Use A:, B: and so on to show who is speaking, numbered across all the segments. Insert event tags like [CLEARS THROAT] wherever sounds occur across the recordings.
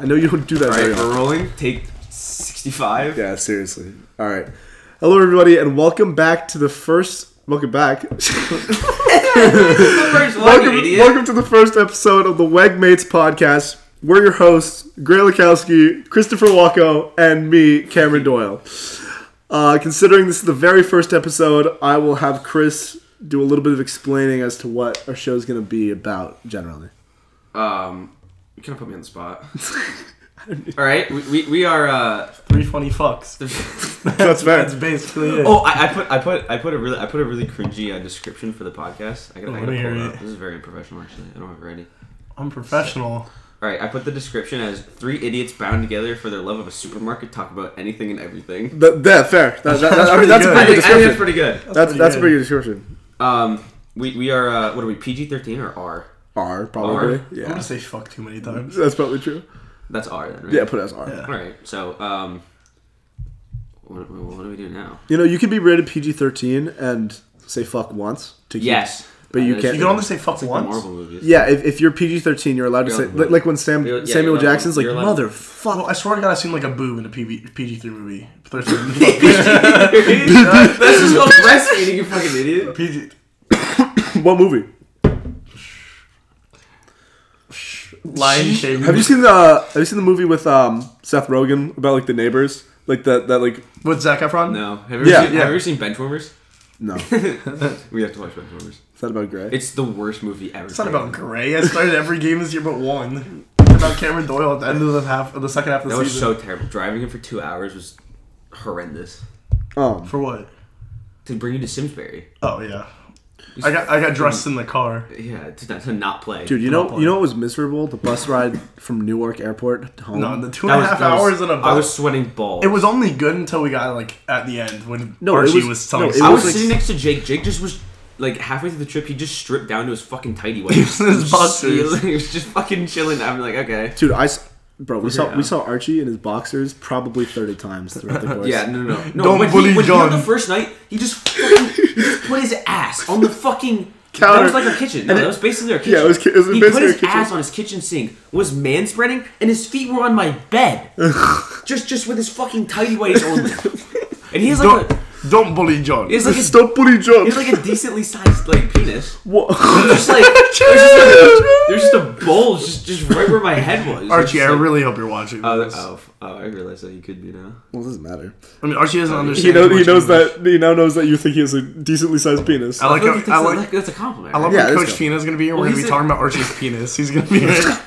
A: I know you don't do that
B: All
A: very
B: right, we're
A: often.
B: rolling. Take 65.
A: Yeah, seriously. All right. Hello, everybody, and welcome back to the first. Welcome back. [LAUGHS]
B: The [LAUGHS] first one,
A: welcome,
B: idiot.
A: welcome to the first episode of the Wegmates podcast. We're your hosts, Gray Lakowski, Christopher Walko, and me, Cameron Doyle. Uh, considering this is the very first episode, I will have Chris do a little bit of explaining as to what our show's going to be about generally. [LAUGHS]
B: Um, you kind of put me on the spot. [LAUGHS] All right, we, we, we are.
C: [LAUGHS]
B: Uh,
C: Three funny fucks.
A: That's fair.
C: That's basically it.
B: oh, I, I put I put I put a really I put a really cringy uh, description for the podcast. I gotta, I gotta
C: Let me
B: pull it
C: hear
B: up.
C: it.
B: This is very unprofessional, actually. I don't have it ready.
C: I'm professional.
B: All right, I put the description as three idiots bound together for their love of a supermarket talk about anything and
C: [LAUGHS]
B: everything.
A: Th- that, fair. That- that- that- I mean,
C: That's
A: that's a
C: pretty
B: I
A: pretty good
B: think, I
A: description. That's,
B: think that's pretty good.
C: pretty
A: that's a
C: good.
A: pretty good description.
B: Um, we, we are uh, what are we PG thirteen or R?
A: R, probably.
B: R?
C: I'm
A: [LAUGHS]
C: gonna
A: Yeah.
C: say fuck too many times.
A: That's probably true.
B: That's R then. Right?
A: Yeah, put it as R.
C: Yeah.
B: All right. So um, what, what, what do we do now?
A: You know, you could be rated PG 13 and say fuck once. To keep-
B: Yes,
A: But you
B: Uh,
A: can't-
C: You can only say fuck
B: like the
C: once.
B: Marvel movies.
A: Yeah, if, if you're PG 13, you're allowed to say,
B: You're
A: like, like when Sam,
B: you're- yeah,
A: Samuel
B: you're allowed-
A: Jackson's like,
B: you're allowed-
C: [LAUGHS]
A: motherfucker.
C: Well, I swear to God, I seen like a boob in a PB, PG-3 movie.
B: [LAUGHS] [LAUGHS] That's just called breastfeeding, you fucking idiot.
C: PG.
A: what movie?
C: Lion King.
A: Have you seen the uh, Have you seen the movie with um, Seth Rogen about like the neighbors? Like that, that like,
C: with Zac Efron?
B: No, have you ever
A: Yeah, yeah.
B: seen, have you ever seen Benchwarmers?
A: no. Is
B: We have to watch Benchwarmers.
A: that about Gray?
B: It's the worst movie ever.
C: It's not about Gray. I started every game this year but one. It's about Cameron Doyle at the end of the half of the second half of the
B: that was
C: season.
B: so terrible. Driving him for two hours was horrendous.
A: um,
C: For what?
B: To bring you to Simsbury,
C: Oh yeah. I got I got dressed in the car.
B: yeah, to, to not play.
A: dude, you
C: Come
A: know
C: on.
A: you know what was miserable? The bus ride from Newark Airport to home.
C: No, the two
B: That
C: and a
B: was-
C: half
B: that was-
C: hours in a bus.
B: I was sweating balls.
C: It was only good until we got like at the end when
A: No, it
C: Archie
A: was-
C: was, telling
A: no,
C: us
A: it
B: I was
A: like-
B: sitting next to Jake. Jake just was like halfway through the trip, he just stripped down to his fucking tidy whities.
C: He was in [LAUGHS] his
B: He
C: boxers.
B: just- [LAUGHS] He was just fucking chilling. I'm like, okay.
A: Dude, I. s- Bro, we saw
B: it
A: we
B: out.
A: saw Archie in his boxers probably thirty times throughout [LAUGHS] the course.
B: Yeah, no, no, no. no
C: Don't
B: when
C: bully
B: he, when he
C: John.
B: on the first night, he just, fucking, he just put his ass on the fucking.
A: Counter.
B: That was like our kitchen. No,
A: And it-
B: that was basically our kitchen.
A: Yeah, it was ki- it was
B: he
A: basically
B: put his
A: our kitchen.
B: ass on his kitchen sink, was man spreading, and his feet were on my
A: [LAUGHS]
B: bed. just, just with his fucking tidy whities only. And he has like
C: don't,
B: a,
C: don't bully John.
B: he has like a,
A: Stop putting
B: he
A: jobs.
B: has like a decently sized like
A: [LAUGHS]
B: penis.
A: Wha-
B: Just like there's just, a, there's just a bulge just, just right where my head was.
C: Archie,
B: It's
C: I
B: like-
C: really hope you're watching.
B: Oh,
C: this.
B: oh, oh, I realized that you could be now.
A: Well, it doesn't matter.
C: I mean, Archie doesn't understand.
A: He, know,
C: too
A: he
C: much
A: knows
C: English.
A: that he now knows that you think he has a decently sized penis.
C: I like.
B: I feel like
C: I like.
B: that's, a, that's a compliment.
C: I love
A: Yeah,
C: when
A: let's
C: Coach
A: go.
C: Fina's gonna be here. We're
B: Well,
C: gonna be
B: he's a-
C: talking about Archie's penis. He's gonna be here.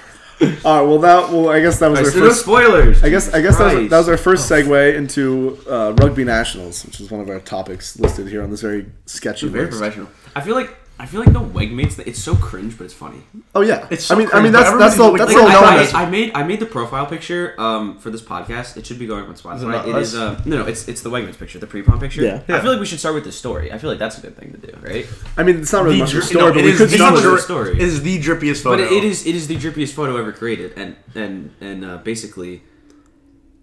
A: All right. Well, that well, I guess that was
B: right,
A: our
B: so no
A: first.
B: spoilers.
A: I guess I guess that was, that was our first segue into uh, rugby nationals, which is one of our topics listed here on this very sketchy
B: very
A: list.
B: professional. I feel like I feel like the Wegmates. It's so cringe, but it's funny.
A: Oh yeah,
C: It's
A: I mean
C: so
A: I mean
C: cringe, but
A: that's that's all
C: everybody's
A: that's
B: Like,
C: So
A: all
C: like,
A: known
B: I,
A: as.
B: I, I made I made the profile picture um for this podcast. It should be going on Spotify.
C: not
B: It is uh, no no. It's it's the Wegmates picture, the pre-pom picture.
A: Yeah.
B: I feel like we should start with the story. I feel like that's a good thing to do, right?
A: I mean it's not really
C: The
A: much of a
C: dri-
A: story,
C: no,
A: but
C: it
A: we
C: is
A: could
C: the
A: start with
B: dri-
A: it.
C: drippiest-
B: story.
C: It is the drippiest
B: But
C: photo.
B: it is it is the drippiest photo ever created, and and and uh, basically,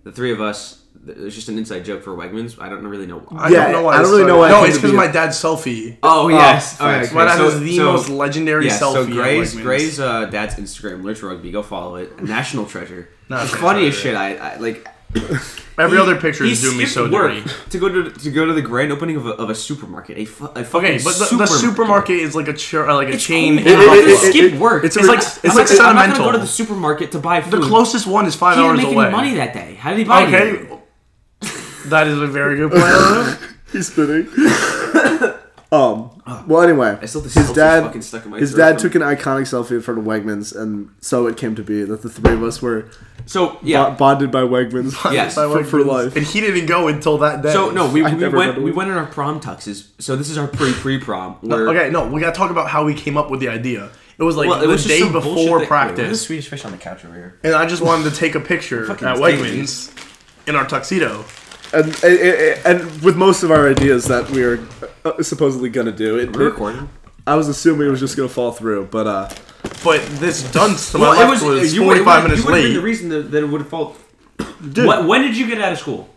B: the three of us. It was just an inside joke for Wegmans. I don't really know why.
C: I
A: Yeah,
C: don't know why.
A: I don't
C: it's
A: really
C: so-
A: know why it
C: No,
A: came
C: it's
A: to
C: because
A: be
C: my
A: a-
C: dad's selfie.
B: Oh yes, all right.
A: facts.
B: okay,
C: My dad
B: so-
C: has the
B: so-
C: most legendary
B: yeah,
C: selfie.
B: So
C: at
B: Gray's
C: Wegmans.
B: Gray's uh, dad's Instagram, Lurch Rugby. Go follow it. National
C: [LAUGHS]
B: treasure.
C: National
B: the funniest
C: treasure.
B: shit. I, I like.
C: Every
B: he-
C: other picture
B: he
C: is doing me
B: skipped
C: so
B: work
C: dirty.
B: to go to to go to the grand opening of a, of a supermarket. A, fu- a fucking
C: Okay, but the, the supermarket is like a chur- uh, like a
B: It's
C: chain.
B: cool.
C: in
A: it-
B: I'm not gonna
A: it-
C: Buffalo.
A: it-
B: skip work.
A: it's a-
B: like
C: it's
B: I'm not
C: like
B: gonna- I'm not
C: sentimental.
B: gonna go to the supermarket to buy food.
C: The closest one is five
B: He didn't
C: hours
B: make
C: away.
B: any money that day. How did he buy
C: Okay,
B: anything?
C: that is a very good point.
A: He's spinning. [LAUGHS] um. Well, anyway,
B: I still have the
A: his
B: seltzer
A: dad
B: fucking stuck in my
A: his
B: throat
A: dad
B: from-
A: took an iconic selfie in front of Wegmans, and so it came to be that the three of us were
B: So
A: bo-
B: yeah.
A: bonded by
B: [LAUGHS]
A: Wegmans.
B: Yes.
A: for, for life.
C: And he didn't go until that day.
B: So no, we,
A: I
B: we
A: never
B: went
A: remember.
B: we went in our prom tuxes. So this is our pre pre prom.
C: okay, no, we gotta talk about how we came up with the idea. It was like
B: Well, it
C: the
B: was just
C: day
B: some bullshit
C: before
B: that- Wait, where's the
C: practice,
B: Swedish fish on the couch over here.
C: and I just wanted to take a picture at
B: Fucking
C: Wegmans in our tuxedo.
A: and and- and and with most of our ideas that we are uh, supposedly gonna do, it,
B: We're recording.
A: I was assuming it was just gonna fall through, but uh,
C: But this dunce to my left was, forty five minutes
B: uh, you
C: late.
B: The reason that, that it would have fall.
C: [CLEARS THROAT]
B: What, when did you get out of school?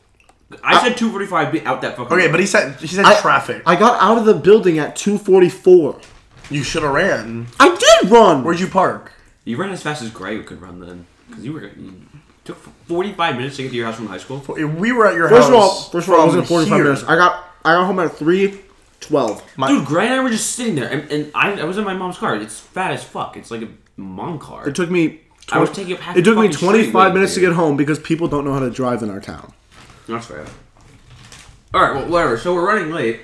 B: I, said two forty five. Be out that fucking.
C: okay, but he said he said traffic.
A: I got out of the building at two forty four.
C: you should have ran.
A: I did run.
C: Where'd you park?
B: you ran as fast as Gray could run then, because you were. You, took 45 minutes to get to your house from high school.
C: If we were at your
A: First
C: house.
A: of all, first of all, I was in
C: from
A: 45
C: here-
A: minutes. I got I got home at three twelve.
C: My-
B: Dude, Grant and I were just sitting there, and, and I, I was in my mom's car. It's fat as fuck. It's like a mom car.
A: It took me.
B: I was taking up half
A: It
B: the
A: took me
B: fucking
A: 25
B: street,
A: minutes to
B: dude.
A: get home because people don't know how to drive in our town.
B: That's fair. All right, well, whatever. So we're running late.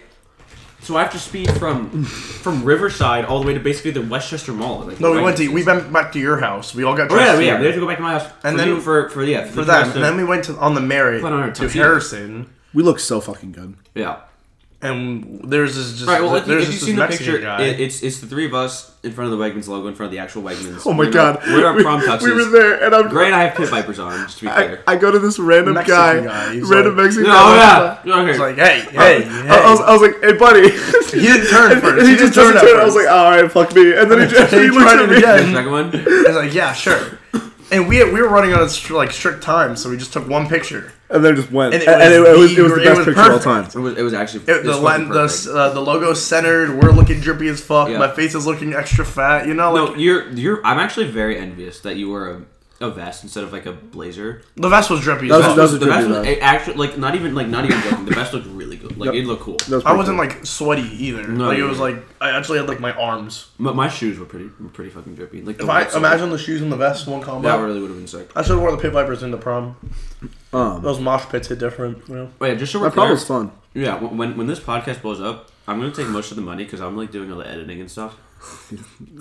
B: So I have to speed from from Riverside all the way to basically the Westchester Mall. Like,
C: no, we
B: right?
C: went to. We went back to your house. We all got
B: Oh
C: dressed.
B: yeah, yeah.
C: here
B: We had to go back to my house.
C: And
B: for
C: then-
B: you- for for yeah
C: For that, and then we went to on the Mary
B: Put on our
C: to
B: tuxedo.
C: Harrison,
A: We look so fucking good.
B: yeah.
C: and there's this just
B: All right. Well, if, you- if
C: there's
B: you've
C: just this
B: seen the
C: Mexican
B: picture,
C: guy.
B: it, it's it's the three of us in front of the Wegmans logo, in front of the actual Wegmans.
A: Oh my
B: We're
A: god.
B: not- We're our
A: we,
B: prom tuxes.
A: we were there, and I'm.
B: Grant and I have pit vipers on. Just to be
A: I,
B: fair.
A: I go to this random
C: Mexican
A: guy,
C: guy, he's
A: random
C: like-
A: Mexican
B: no,
A: guy.
B: yeah. Okay.
C: It's like, hey, hey, hey.
A: I, I was, I was like, "Hey, buddy!" he
C: didn't turn first.
A: He,
C: [LAUGHS] He
A: just doesn't
C: didn't turn at
A: turn. I was like,
C: first.
A: "All right, fuck me." And then he just he
C: He
A: looks
C: tried
A: at
C: it
A: me.
C: again.
B: The second one.
C: I was like, yeah, sure. And we we were running on a str- like strict time, so we just took one picture.
A: and then just went.
C: And
A: And
C: it
A: it, and,
C: was
A: it was,
C: the
A: it was the
C: gr- it
A: best
C: was
A: picture of all
C: perfect.
A: time.
B: It was, it was actually
C: It, the
B: it's
C: len-
B: fucking
C: the
B: perfect.
C: s- uh, the logo centered. We're looking drippy as fuck.
B: Yeah.
C: My face is looking extra fat. You know, like
B: No, you're you're. I'm actually very envious that you were a, a vest instead of like a blazer.
C: the vest was drippy.
A: That
C: As
A: was-
C: fuck.
A: that was a
B: the vest
A: good
B: was
A: vest.
B: it actually like not even like not even joking. The vest looked really good. Like
A: Yep.
B: it looked cool.
A: That was
C: I
A: pretty
C: wasn't
A: cool.
C: like sweaty either.
B: No,
C: like it
B: you
C: was like I actually had like my arms.
B: But my shoes were pretty were pretty fucking drippy. Like the
C: If I
B: white socks,
C: imagine the shoes and the vest one combo,
B: that really would have been sick.
C: I should have worn the pit vipers into prom.
A: Um,
C: Those mosh pits hit different. You know,
B: But oh, yeah, just so we're
A: that prom
B: clear.
A: was fun.
B: Yeah, wh- when when this podcast blows up, I'm gonna take most of the money because I'm like doing all the editing and stuff.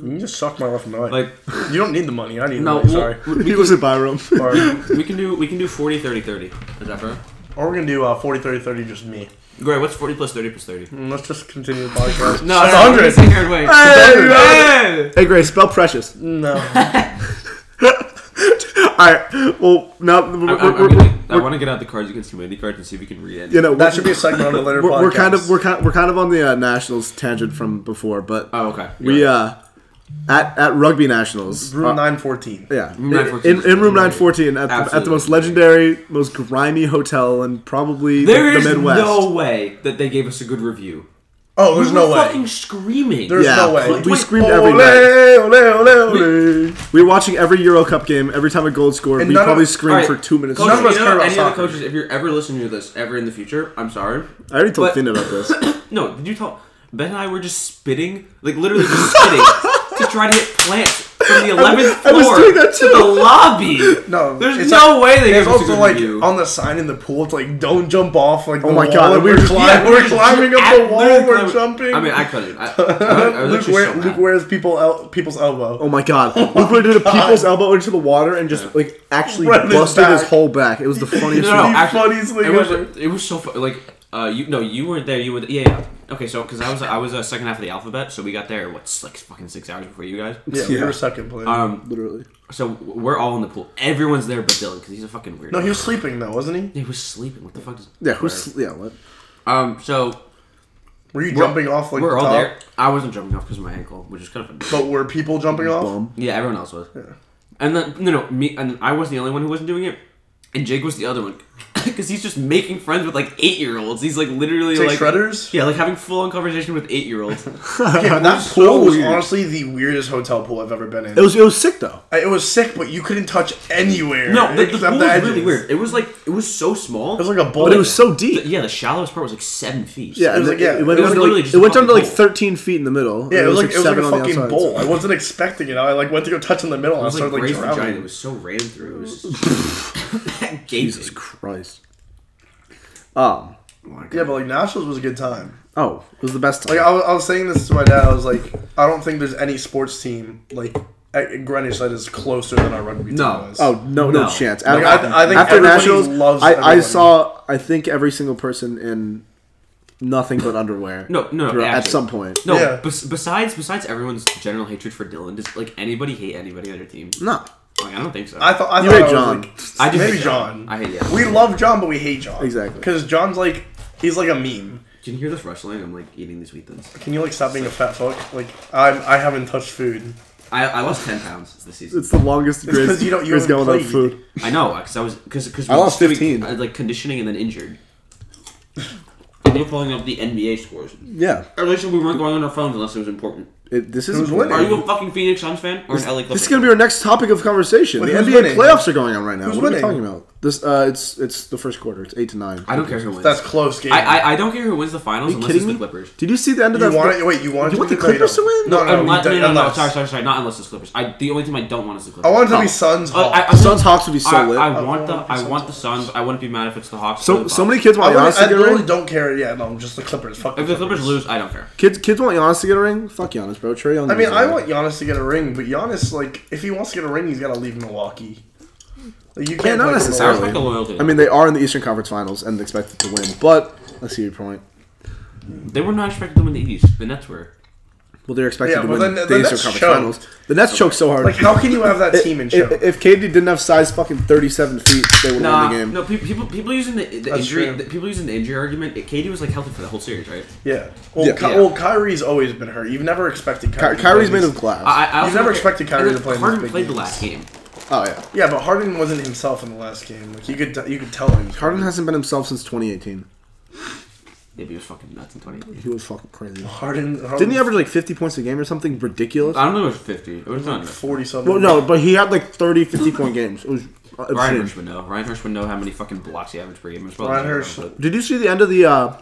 C: you just suck my left and right.
A: [LAUGHS]
B: Like
C: you don't need the money. I need
B: no,
C: the money. Sorry. [LAUGHS]
B: we'll- we,
A: He was in my room.
C: Or, [LAUGHS]
B: we can do we can do 40, 30, 30. Is that fair?
C: or we're gonna do uh, 40, 30, 30, just me.
B: Great. What's forty plus thirty plus thirty?
A: Hmm.
C: And let's just continue the podcast.
B: No,
C: It's
B: no, no,
C: 100.
B: no, wait. Hey!
A: Hey, Grace, spell [LAUGHS] precious.
C: No.
A: All right. Well, now we're, we're,
B: I, I,
A: we're, we're-
B: want to get out the Cards Against Humanity cards and see if we can read it.
A: you know
C: That should be a segment on the later
A: we're,
C: podcast.
A: we're kind of we're kind we're kind of on the uh, nationals tangent from before, but
B: Oh, okay.
A: we uh at at rugby nationals.
C: room
A: uh,
C: 914.
A: yeah,
B: Room
A: in,
B: 914
A: in, in room
B: was
A: nine fourteen at the, at the
B: Absolutely.
A: most legendary, most grimy hotel in probably the,
B: There
A: the
B: is
A: Midwest.
B: no way that they gave us a good review.
C: Oh, there's
B: we
C: no
B: were
C: way.
B: fucking screaming.
C: There's
A: yeah,
C: no way.
A: we
B: Wait,
A: screamed
C: Ole,
A: every night.
C: ole, ole, ole.
A: We were watching every Euro Cup game. Every time a goal was scored,
C: And
A: we
C: none of-
A: probably screamed for
B: Alright,
A: two minutes.
B: Coach,
C: None
A: straight.
C: of us
B: you
C: care
B: know,
C: about
B: any of the
C: soccer.
B: coaches, if you're ever listening to this ever in the future, I'm sorry.
A: I already told
B: but-
A: Finn about this.
B: No, did you tell? Ben and I were just spitting, like literally just
C: [LAUGHS]
B: spitting, to try to get plants from the 11th
A: I
B: floor
A: was doing that
B: to the lobby.
C: [LAUGHS] No,
B: there's
C: it's
B: no
C: like-
B: way they
C: There's
B: gave us a
C: also
B: good
C: like
B: review.
C: on the sign in the pool. It's like don't jump off. Like oh
A: my God, we
C: we're,
A: were-
C: cli-
B: Yeah,
C: we're
B: just
C: climbing up
B: at-
C: the wall.
B: literally
C: We're
B: climbing-
C: jumping.
B: I mean, I
C: [LAUGHS]
B: couldn't. I, I, I was
C: Luke,
B: actually
C: wear,
B: so mad.
C: Luke wears people el- people's elbow.
A: Oh my god. Luke Wade did a people's elbow into the water and just like actually
C: Right in his
A: busted his,
C: back.
A: whole back. It was the funniest
B: No, [LAUGHS] no,
A: thing.
C: The
B: actually,
C: funniest thing
B: it was,
C: ever.
B: It was so fun. Like, uh, you no, you weren't there. You were yeah, yeah. Okay, so because I was I was uh, second half of the alphabet, so we got there what's like fucking six hours before you guys.
C: Yeah, we
A: Yeah.
C: were second place.
B: Um,
A: Literally.
B: so we're all in the pool. Everyone's there, but Dylan, because he's a fucking weirdo.
C: no, he was sleeping though, wasn't he?
B: He was sleeping. What the fuck? Is,
A: Yeah, who's yeah, what?
B: Um, so
C: Were you jumping off like
B: we're
C: the
B: all
C: top?
B: there. I wasn't jumping off because of my ankle, which is kind of funny.
C: But were people jumping off?
A: Bum.
B: Yeah, everyone else was. And then no, no, me and I was the only one who wasn't doing it, and Jake was the other one [LAUGHS] because he's just making friends with like eight year olds. He's like literally
C: Say
B: like
C: shredders.
B: Yeah, like having full on conversation with eight year
C: [LAUGHS]
B: olds.
C: Yeah, that
A: so
C: pool was
A: weird.
C: honestly the weirdest hotel pool I've ever been in.
A: It was it was sick though.
C: I- it was sick, but you couldn't touch anywhere.
B: [LAUGHS] No, the, the
C: except
B: pool was really
C: edges.
B: weird. It was like it was so small.
C: It was like a bowl.
A: But it was so deep.
B: yeah, the shallowest part was like seven feet.
A: Yeah,
C: it was
A: and
C: like- yeah,
A: it went
C: it
A: down
C: was
A: to
B: literally
A: like
B: just
A: it went down to
B: fucking
A: like
B: bowl.
A: thirteen feet in the middle.
C: yeah, it was like it was like
A: seven
C: a
A: on the
C: fucking
A: outsides.
C: bowl. I wasn't expecting it. I like went to go touch in the middle.
B: It
C: and I
B: was like
C: started like
B: Gray's
C: drowning.
B: vagina. It was so ran through. It
C: [LAUGHS]
B: was [LAUGHS] just
A: Jesus
B: Jesus.
A: Christ. Um
C: Yeah, but like Nationals was a good time.
A: oh, it was the best time.
C: Like I was, I was saying this to my dad. I was like, I don't think there's any sports team like at at Greenwich that is closer than our rugby team
B: No.
C: was.
A: Oh no, no,
B: No.
A: chance!
B: Like,
A: After,
C: I- I think
A: after
C: everybody
A: nationals,
C: loves
A: I, I
C: everyone.
A: saw I think every single person in nothing but underwear.
B: No, no, no,
A: throughout- at
B: actually.
A: some point.
B: No,
C: Yeah.
B: bes- besides besides everyone's general hatred for Dylan, does like anybody hate anybody on your team?
A: No,
B: Like I don't think so.
C: I thought I
A: You
C: thought
A: hate
C: I was
A: John.
C: like,
B: I do
C: maybe
B: hate
C: John.
B: I hate yeah.
C: We love John, but we hate John
A: Exactly.
C: because John's like he's like a meme.
B: Can you hear this rustling? I'm like eating these wheat thins.
C: Can you like stop being a fat fuck? Like I'm I haven't touched food.
B: I, I lost ten pounds this season.
A: it's the longest
C: It's 'cause
A: Grizz
C: you don't- you
A: Grizz
C: haven't
A: going on
C: played.
A: food.
B: I know, because I was because because
A: I lost 15.
B: uh, like conditioning and then injured. And you're pulling up the NBA scores.
A: Yeah,
B: Or at least we weren't going on our phones unless it was important.
A: It, this is
C: Who's winning?
B: Are you a fucking Phoenix Suns fan or an LA Clippers?
A: This is going to be our next topic of conversation.
C: Wait,
A: the
C: who's
A: NBA
C: winning?
A: playoffs are going on right now.
C: Who's
A: what are we
C: winning?
A: talking about? This uh, it's it's the first quarter. It's eight to nine.
B: I don't care who wins.
C: That's close game.
B: I, I I don't care who wins the finals unless it's
A: kidding
B: the
A: me?
B: Clippers.
A: Did you see the end of
C: you
A: that?
C: want it? Wait, you want?
A: You
C: it
A: want
C: be-
A: the
C: no, you
A: Clippers to
C: don't.
A: win?
C: No, no,
B: Unless,
C: you
B: no,
C: don't-
B: no, no, no,
C: unless.
B: sorry, sorry, sorry. Not unless it's Clippers. I, the only team I don't want is the Clippers.
C: I want it to be
B: Oh.
C: Suns.
B: I, I,
C: Hawks.
B: I,
A: Suns Hawks would be so
B: I,
A: lit.
B: I want the
C: I
B: I want the Suns. I wouldn't be mad if it's the Hawks. or
A: so
B: the
A: so
B: Bucks.
A: many kids
C: I,
A: want
C: wouldn't-
A: Giannis
C: I
A: to get a
C: literally
A: ring.
C: don't care. Yeah, no, just the Clippers. Fuck
B: If the Clippers lose, I don't care.
A: Kids kids want Giannis to get a ring. Fuck Giannis, bro. Trey Young.
C: I mean,
A: deserves
C: I
A: it.
C: want Giannis to get a ring, but Giannis, like, if he wants to get a ring, he's got to leave Milwaukee. Like, you can't.
A: not
C: like,
B: I
A: necessarily.
B: respect the loyalty.
A: I mean, they are in the Eastern Conference Finals and expected to win. But I see your point.
B: they were not expected to win the East. The Nets were.
A: Well, they're expected
C: Yeah,
A: to
C: well,
A: win
C: then-
A: the
C: then
A: Eastern
C: that's
A: Conference
C: choked.
A: Finals. The Nets choked so hard.
C: Like, how can you have that team in show?
A: if, if KD didn't have size fucking thirty-seven feet, they would
B: Nah,
A: win the game.
B: no. pe- People, people using the, the
C: That's
B: injury,
C: true.
B: the, people using the injury argument. It, KD was like healthy for the whole series, right?
C: Yeah. Well,
A: Yeah.
C: Ky-
B: Yeah.
C: well, Kyrie's always been hurt. You've never expected
A: Ky-
C: Kyrie. to
A: Kyrie's
C: play
A: made
C: these-
A: of glass.
B: I, I
C: You've
B: also
C: never
B: think-
C: expected Kyrie
B: and then
C: to play in
B: Harden
C: these big
B: played the
C: games.
B: last game.
A: oh yeah.
C: Yeah, but Harden wasn't himself in the last game. Like, you could t- you could tell him.
A: Harden hasn't been himself since 2018.
B: Maybe it was fucking nuts in twenty.
A: He was fucking
B: Oh.
A: crazy.
C: Harden, Harden
A: Didn't he average like 50 points a game or something ridiculous?
B: I don't know. It was fifty. It was not. enough.
C: forty something?
A: Well, no, but he had like 30, 50 point games. It was
B: [LAUGHS] Ryan
A: obscene.
B: Hirsch would know. Ryan Hirsch would know how many fucking blocks he averaged per game. It was probably
C: Ryan
B: zero,
C: Hirsch-
B: but-
A: Did you see the end of the uh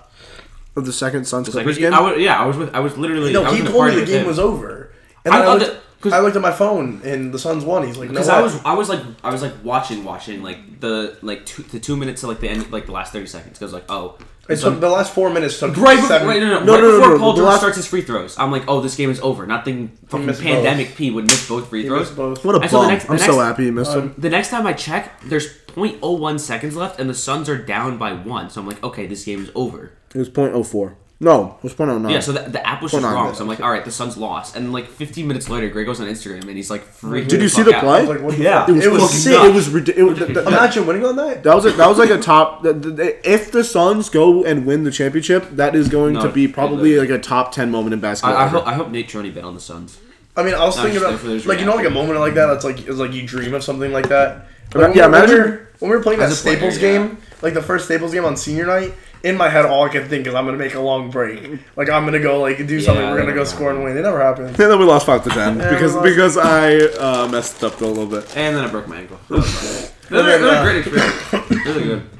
A: of the second Suns
B: Like,
A: Clippers
B: you-
A: game?
B: I was, yeah, I was with. I was literally.
C: No,
B: I was
C: he
B: in
C: told
B: party
C: me the
B: with
C: game
B: him.
C: was over. And
B: I
C: then I,
B: thought
C: looked,
B: that- 'cause-
C: I looked at my phone and the Suns won. He's like, no,
B: Because I was, I was like, I was like watching, watching like the like two, the two minutes to like the end, like the last thirty seconds. Because like, oh,
C: It took the last four minutes. Took
B: right before,
C: seven,
B: right, no, no,
A: No,
B: right
A: no, no,
B: before
A: no,
B: Paul
A: the
B: George
A: last-
B: starts his free throws, I'm like, oh, this game is over. Not thinking fucking
C: missed
B: pandemic P would miss both free throws.
C: missed both.
A: what a
B: And so the
A: bum!
B: next- the
A: I'm so
B: next-
A: happy he missed him.
B: The next time I check, there's 0.01 seconds left, and the Suns are down by one. So I'm like, okay, this game is over.
A: It was .04. No, it was .09.
B: Yeah, so the, the app was just
A: Hold on.
B: wrong. So I'm like, all right, the Suns lost. And like 15 minutes later, Greg goes on Instagram and he's like, freaking.
A: Did you
B: the
A: see
B: fuck
A: the
B: out.
A: play?
C: I was like, what the
B: Yeah.
C: fuck?
A: it was,
C: It was
A: fucking
B: nuts.
A: It was ridiculous.
C: Imagine winning on that.
A: That was a, that was like a top. th- th- th- If the Suns go and win the championship, that is going
B: No,
A: to be
B: it-
A: probably
B: it-
A: like a top ten moment in basketball.
B: I, I
A: ever.
B: hope I hope Nate Troney bet on the Suns.
C: I mean, I was
B: No,
C: thinking
B: just
C: about
B: for those
C: like you know, like a
B: reactions.
C: moment like that. It's like it's like you dream of something like that. Like,
A: Ima-
C: when
A: yeah,
C: we- when
A: imagine-
C: we were- when we were playing that
B: As a player,
C: Staples
B: yeah.
C: game, like the first Staples game on senior night. In my head, all I could think is I'm gonna make a long break. Like I'm gonna go like do something.
B: Yeah,
C: We're gonna
B: that
C: go
B: never
C: score and win. It never happened.
A: And then we lost five to
B: [LAUGHS]
A: ten
C: we
A: because
C: lost.
A: because I uh, messed up a little bit.
B: And then I broke my ankle. That was bad. That was- that
C: uh,
B: was a great
C: [COUGHS]
B: experience. Really good.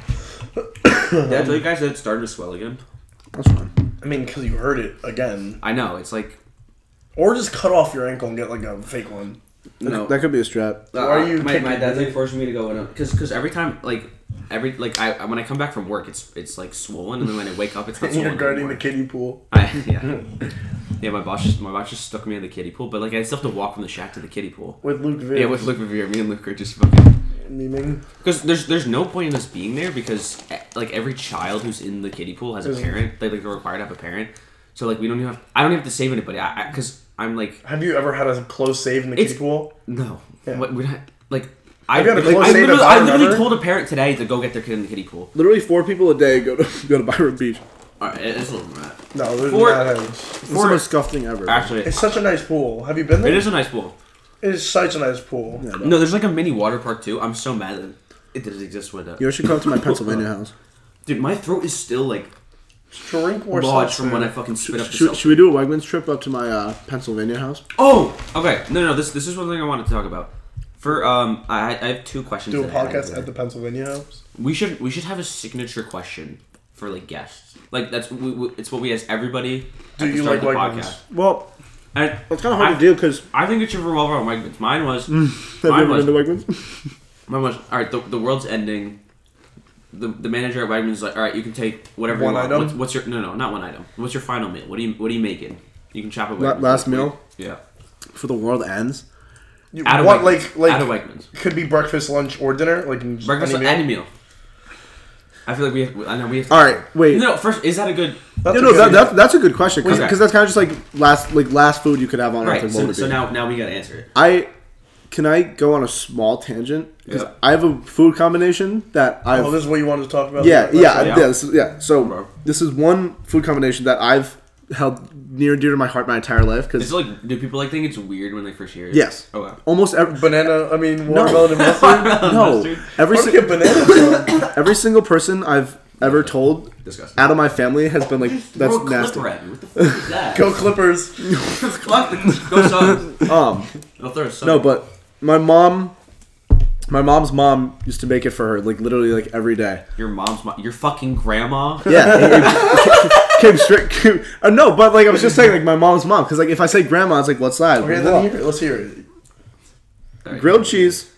B: Did I tell you guys that it started to swell again?
A: That's fine.
C: I mean, because you heard it again,
B: I know. It's like,
C: or just cut off your ankle and get like a fake one.
B: no.
A: That could be a strap.
B: Why
C: are you
B: uh, my,
C: kicking
B: my dad's
C: me?
B: like forcing me to go in because because every time like every like I I- when I come back from work it's it's like swollen and then when I wake up it's not
C: And
B: swollen
C: [LAUGHS] you're guarding the
B: anymore.
C: kiddie pool.
B: [LAUGHS] I, yeah yeah my boss just my boss just stuck me in the kiddie pool but like I still have to walk from the shack to the kiddie pool
C: With Luke Vick.
B: yeah with Luke Revere me and Luke are just fucking
C: memeing.
B: Because there's there's no point in us being there because eh, like every child who's in the kiddie pool has a
C: Is-
B: parent. They like they're required to have a parent. So like we don't even have I don't even have to save anybody. I because I'm like
C: Have you ever had a close save in the
B: It's-
C: kiddie pool?
B: no
C: Yeah.
B: what we're not like I
C: I've got a
B: like,
C: close
B: I
C: save
B: literally,
C: at
B: I
C: Byron
B: literally
C: River.
B: told a parent today to go get their kid in the kiddie pool.
A: Literally four people a day go to [LAUGHS] go to Byron Beach.
B: All right, it's a little rat.
C: No, there's
B: Four-
C: not a-
A: It's the most scuffed thing ever.
B: Actually,
C: It's such a nice pool. Have you been there?
B: it is a nice pool.
C: It is such a nice pool.
B: No, there's like a mini water park too. I'm so mad that it doesn't exist with that.
A: you should come to my
B: [LAUGHS]
A: Pennsylvania house.
B: Dude, my throat is still like
C: Drink more
B: lodged
C: shots
B: from when I fucking spit up the
A: Should,
B: seltzer.
A: should we do a Wegmans trip up to my uh, Pennsylvania house?
B: Oh, okay. No, no, no. This this is one thing I wanted to talk about. For um, I, I have two questions.
C: Do a
B: that I had
C: podcast
B: here.
C: at the Pennsylvania House.
B: We should we should have a signature question for like guests. Like that's we, we, it's what we ask everybody.
C: Do
B: at the
C: you
B: start of
C: like
B: the
C: Wegmans?
B: podcast?
A: Well,
B: And
A: it's kind of hard
B: I-
A: to do because
B: I think it should revolve around Wegmans. Mine was
C: Mm. [LAUGHS]
A: have you
B: mine
A: ever
B: was
A: been to
B: [LAUGHS]
A: Wegmans?
B: mine was all right. The, the world's ending. The, the manager at Wegmans is like, all right, you can take whatever
C: One
B: you want.
C: item?
B: What's, what's your no no not one item? What's your final meal? What do you what are you making? You can chop it.
A: La-
B: Wegmans.
A: last meal?
B: Yeah.
A: For the world ends.
C: You,
B: Out of
C: what
B: Wegmans.
C: like like
B: out of Wegmans.
C: could be breakfast, lunch, or dinner? Like just
B: Breakfast
C: any
B: any,
C: meal?
B: meal. I feel like we have. I know we have. To,
A: All right, wait.
B: No, no, first is that a good?
C: That's
A: No,
C: a
A: no,
C: good
A: that,
C: idea.
A: that, that's a good question because
B: Okay.
A: that's kind of just like last like last food you could have on
B: Right.
A: Earth. Right.
B: So, so now now we gotta answer it.
A: I can I go on a small tangent because
B: Yeah.
A: I have a food combination that I've
C: Oh, this is what you wanted to talk about.
A: yeah
C: That's
A: yeah
C: right.
A: yeah
B: yeah.
A: this is- yeah. So
B: Bro.
A: this is one food combination that I've held near and dear to my heart my entire life
B: It's
A: because
B: like do people like think it's weird when they first hear it?
A: yes,
B: Oh wow.
A: almost
B: [LAUGHS]
A: every
C: Banana.
A: [LAUGHS]
C: I mean, watermelon and mustard.
A: no
B: Mustard?
A: every
C: Where'd you
A: si-
C: get banana from?
A: every single person I've ever told
B: Disgusting.
A: out of my family has
B: [LAUGHS]
A: been like that's
B: Throw a
A: nasty.
B: clipper at me. What
C: [LAUGHS]
B: the fuck is that? [LAUGHS]
C: Go Clippers.
B: Fuck the- Go Suns.
C: [LAUGHS]
A: Um,
B: I'll throw a Suns.
A: no, but my mom, my mom's mom used to make it for her like literally like every day.
B: your mom's mom, your fucking grandma.
A: Yeah, [LAUGHS] it- it came straight. [LAUGHS] Came, uh, no, but like I was just saying, like my mom's mom, because like if I say grandma, it's like what side?
C: Okay,
A: Well,
C: then hear it. Let's hear it.
B: Alright.
A: grilled cheese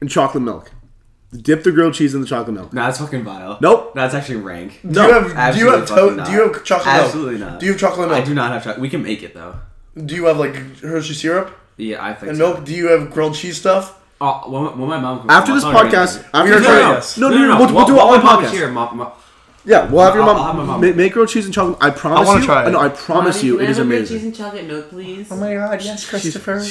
A: and chocolate milk. Dip the grilled cheese in the chocolate milk.
B: Nah, that's fucking vile.
A: Nope.
B: That's actually rank.
A: No,
C: do you have do you have
B: Absolutely fucking
C: to-
B: not.
C: do you have chocolate milk?
B: Absolutely not.
C: Do you have chocolate
B: I
C: milk?
B: do not have chocolate. We can make it though.
C: Do you have like Hershey syrup
B: Yeah, I think
C: and
B: so.
C: milk? Do you have grilled cheese stuff?
B: Uh, when, my- when my mom comes
A: After
B: home,
A: this
B: I'll tell her
A: podcast,
B: to make it.
A: after
C: We are
A: this
C: trying
A: podcast,
C: this.
A: no, no, no, we'll, we'll
B: while-
A: do it
B: while
A: on
B: my mom
A: podcast.
B: is Here, mom, mom,
A: Yeah, we'll have your
B: I'll-
A: mom,
B: I'll have my mom.
A: ma- make grilled cheese and chocolate. I promise
C: wanna
A: you.
C: try it.
A: No, I promise
D: Mommy,
A: you,
D: can I
A: it is
D: have a grilled
A: amazing.
D: cheese and chocolate milk, please.
C: my god, yes, Christopher.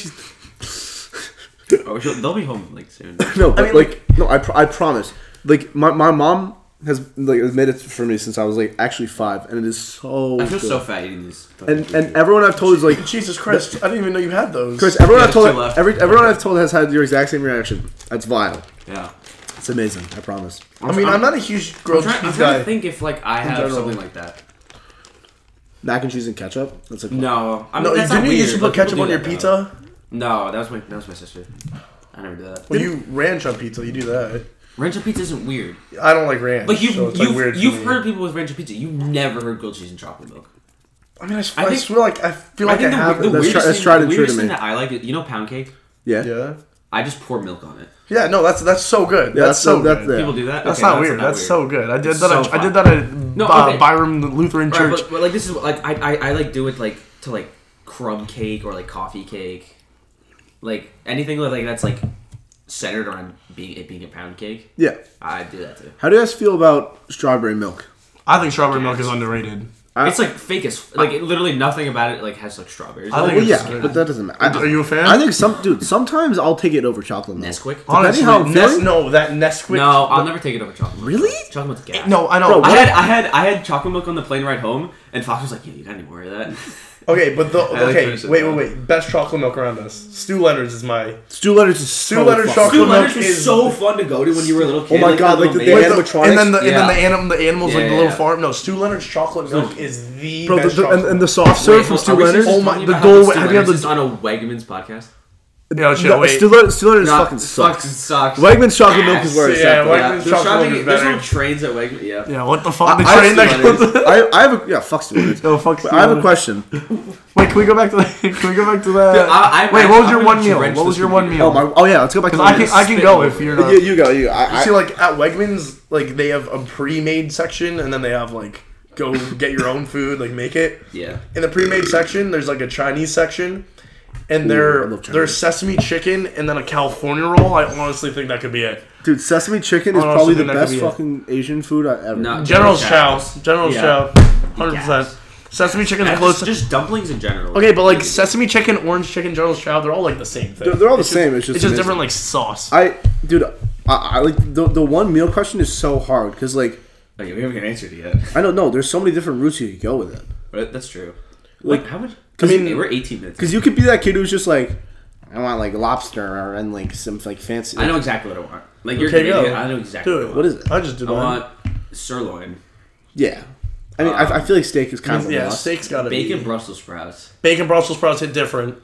B: oh, she'll- they'll be home like
C: [LAUGHS]
B: soon.
A: No, but
C: mean,
A: like, no, I, pr- I promise. Like my, my mom has like has made it for me since I was like actually five, and it is so.
B: I feel
A: good.
B: so fat eating these. fucking
A: and
B: things.
A: and everyone I've told is like
C: Jesus Christ, I didn't even know you had those.
A: Chris. Everyone
B: Yeah,
A: I've told,
B: there's two left.
A: every everyone I've told has had your exact same reaction. That's vile.
B: yeah.
A: It's amazing. I promise.
C: I mean, I'm not a huge grilled
B: trying, I'm
C: cheese
B: trying to
C: guy.
B: think if like I have
C: general.
B: something like that.
A: Mac and cheese and ketchup. That's like
B: No, I mean,
C: No,
B: that's not
C: didn't you
B: weird.
C: used to put
B: Like, people
C: ketchup
B: do
C: on your
B: that, though.
C: pizza?
B: No, that was my that was my sister. I never did that.
C: Well, you ranch on pizza. You do that.
B: Ranch pizza isn't weird.
C: I don't like ranch.
B: Like you've
C: so it's
B: you've,
C: like weird to
B: you've
C: me.
B: heard people with ranch pizza. You've never heard grilled cheese and chocolate milk.
C: I mean, I, s-
B: I
C: I
B: think-
C: feel like I feel like I,
B: the,
C: have.
B: the
C: it.
A: That's
B: weirdest,
A: tri- that's
B: thing,
A: tried
B: the
A: and true to
B: weirdest thing
A: me.
B: that I like is you know pound cake.
A: yeah.
C: yeah.
B: I just pour milk on it.
C: Yeah. No, that's that's so good.
A: Yeah,
C: that's,
A: that's
C: so
A: so- that's
C: good.
A: the-
B: People do that.
C: That's
B: Okay,
C: not weird. that's so good. I did
B: It's
C: that.
B: so
C: at- I
B: fun.
C: did that at
B: No,
C: Bi-
B: okay.
C: Byram Lutheran
B: All right,
C: Church.
B: but, but, like this is like I, I I like do it like to like crumb cake or like coffee cake, like anything with, like that's like centered around being it being a pound cake.
A: Yeah.
B: I do that too.
A: How do you guys feel about strawberry milk?
C: I think strawberry milk is underrated.
B: it's like fake as like it, literally nothing about it like has like strawberries. I
C: I think
B: like
A: Well,
C: it's
A: yeah,
C: good.
A: but that doesn't matter. I,
C: Are you a fan?
A: I think some dude. Sometimes I'll take it over chocolate milk.
B: Nesquik.
C: Honestly,
A: how I'm
C: Nes-
A: feeling-
C: no, that Nesquik.
B: No, I'll never take it over chocolate. milk.
A: Really?
B: Chocolate milk's gas.
C: no, I know.
A: Bro,
B: I
A: what?
B: had I had I had chocolate milk on the plane ride home, and Fox was like, "Yeah, you got any more of that?"
C: Okay, but the
B: like
C: okay,
B: finish it,
C: wait,
B: man.
C: wait, wait. Best chocolate milk around us. Stu Leonard's is my.
A: Stu Leonard's is so
C: Leonard's
A: fucking-
C: chocolate
B: Dude,
C: milk
B: Leonard's was
C: is-
B: so fun to go to when you were a little kid.
A: my God,
B: the
A: like,
B: little
A: the
B: maid.
A: damn- animatronics?
C: and then the and then the
B: Yeah.
C: anim, the animals
B: Yeah,
C: like the
B: yeah,
C: little
B: yeah.
C: farm. No, Stu Leonard's chocolate milk is the
A: Bro, the,
C: best.
A: the, and,
C: chocolate
A: and the soft serve from
B: Wait,
A: Stu
B: are we
A: Leonard's.
B: just
C: Oh my-
B: talking
C: the
B: about
C: goal-
B: how Stu
C: have you had
B: Leonard's
C: the-
B: is on a Wegmans podcast?
C: no, shit,
A: No,
C: wait.
A: Stu Leonard- Stu Leonard's
B: Nah,
A: fucking sucks.
B: Sucks.
A: Wegmans chocolate milk is
B: Yes.
A: where it's
C: Yeah,
A: at. though.
C: Wegmans-
B: Yeah,
C: chocolate
B: there's, shopping,
C: is
B: there's
C: better.
B: no trains at Wegmans. Yeah.
C: yeah, what the fuck? The
A: I-
C: train
B: Stu
C: that
B: Leonard's.
C: goes.
A: [LAUGHS] I, I have a yeah, fuck Stu Leonard's.
C: No, fuck. Stu
A: I have a
C: Leonard's.
A: question.
C: Wait, can we go back to the? [LAUGHS] Can we go back to the?
B: Dude, I- I-
C: wait, what was
B: I'm
C: your
B: gonna
C: one meal?
B: drench
C: What was
B: this
C: your one
B: computer.
A: Oh
C: meal?
A: my. Oh yeah. Let's go back to.
C: Because I can
A: Leonard's.
C: I can go if you're not.
A: You, you go. You. Go. I, I,
C: See, like at Wegmans, like they have a pre-made section, and then they have like go get your own food, like make it.
B: Yeah.
C: In the pre-made section, there's like a Chinese section, and
A: I
C: there
A: love Chinese.
C: there's sesame chicken, and then a California roll. I honestly think that could be it.
A: dude, sesame chicken is
C: Oh, no,
A: probably the
C: something that could
A: best
C: be it.
A: fucking Asian food I ever.
B: No.
C: General's
B: Chow.
C: Chow's, General's
B: Yeah.
C: Chow, hundred percent. Sesame chicken's
B: Yeah,
C: close.
B: Just, just dumplings in general.
C: okay, but like sesame chicken, orange chicken, General's Chow, they're all like the same thing.
A: They're, they're all the
C: It's
A: same. it's just
C: It's just
A: amazing.
C: different like sauce.
A: I, dude, I, I like the the one meal question is so hard because like
B: okay, we haven't even answered it yet.
A: I don't know. There's so many different routes you could go with it.
B: But that's true.
A: Like,
B: Like how much?
A: I
B: I
A: mean-
B: mean, we're 18 minutes.
A: Because you could be that kid who's just like, I want like lobster or and like some like fancy.
B: I know exactly what I want. Like you're
C: Okay,
B: okay,
C: go.
B: I know exactly.
C: Dude,
B: what,
A: What is it?
C: I just did
B: I
C: mine.
B: want. I want sirloin,
A: Yeah. I mean, I, I feel like steak is kind of
C: yeah,
A: yeah,
C: steak's gotta be
B: bacon, Brussels sprouts.
C: Bacon Brussels sprouts hit different.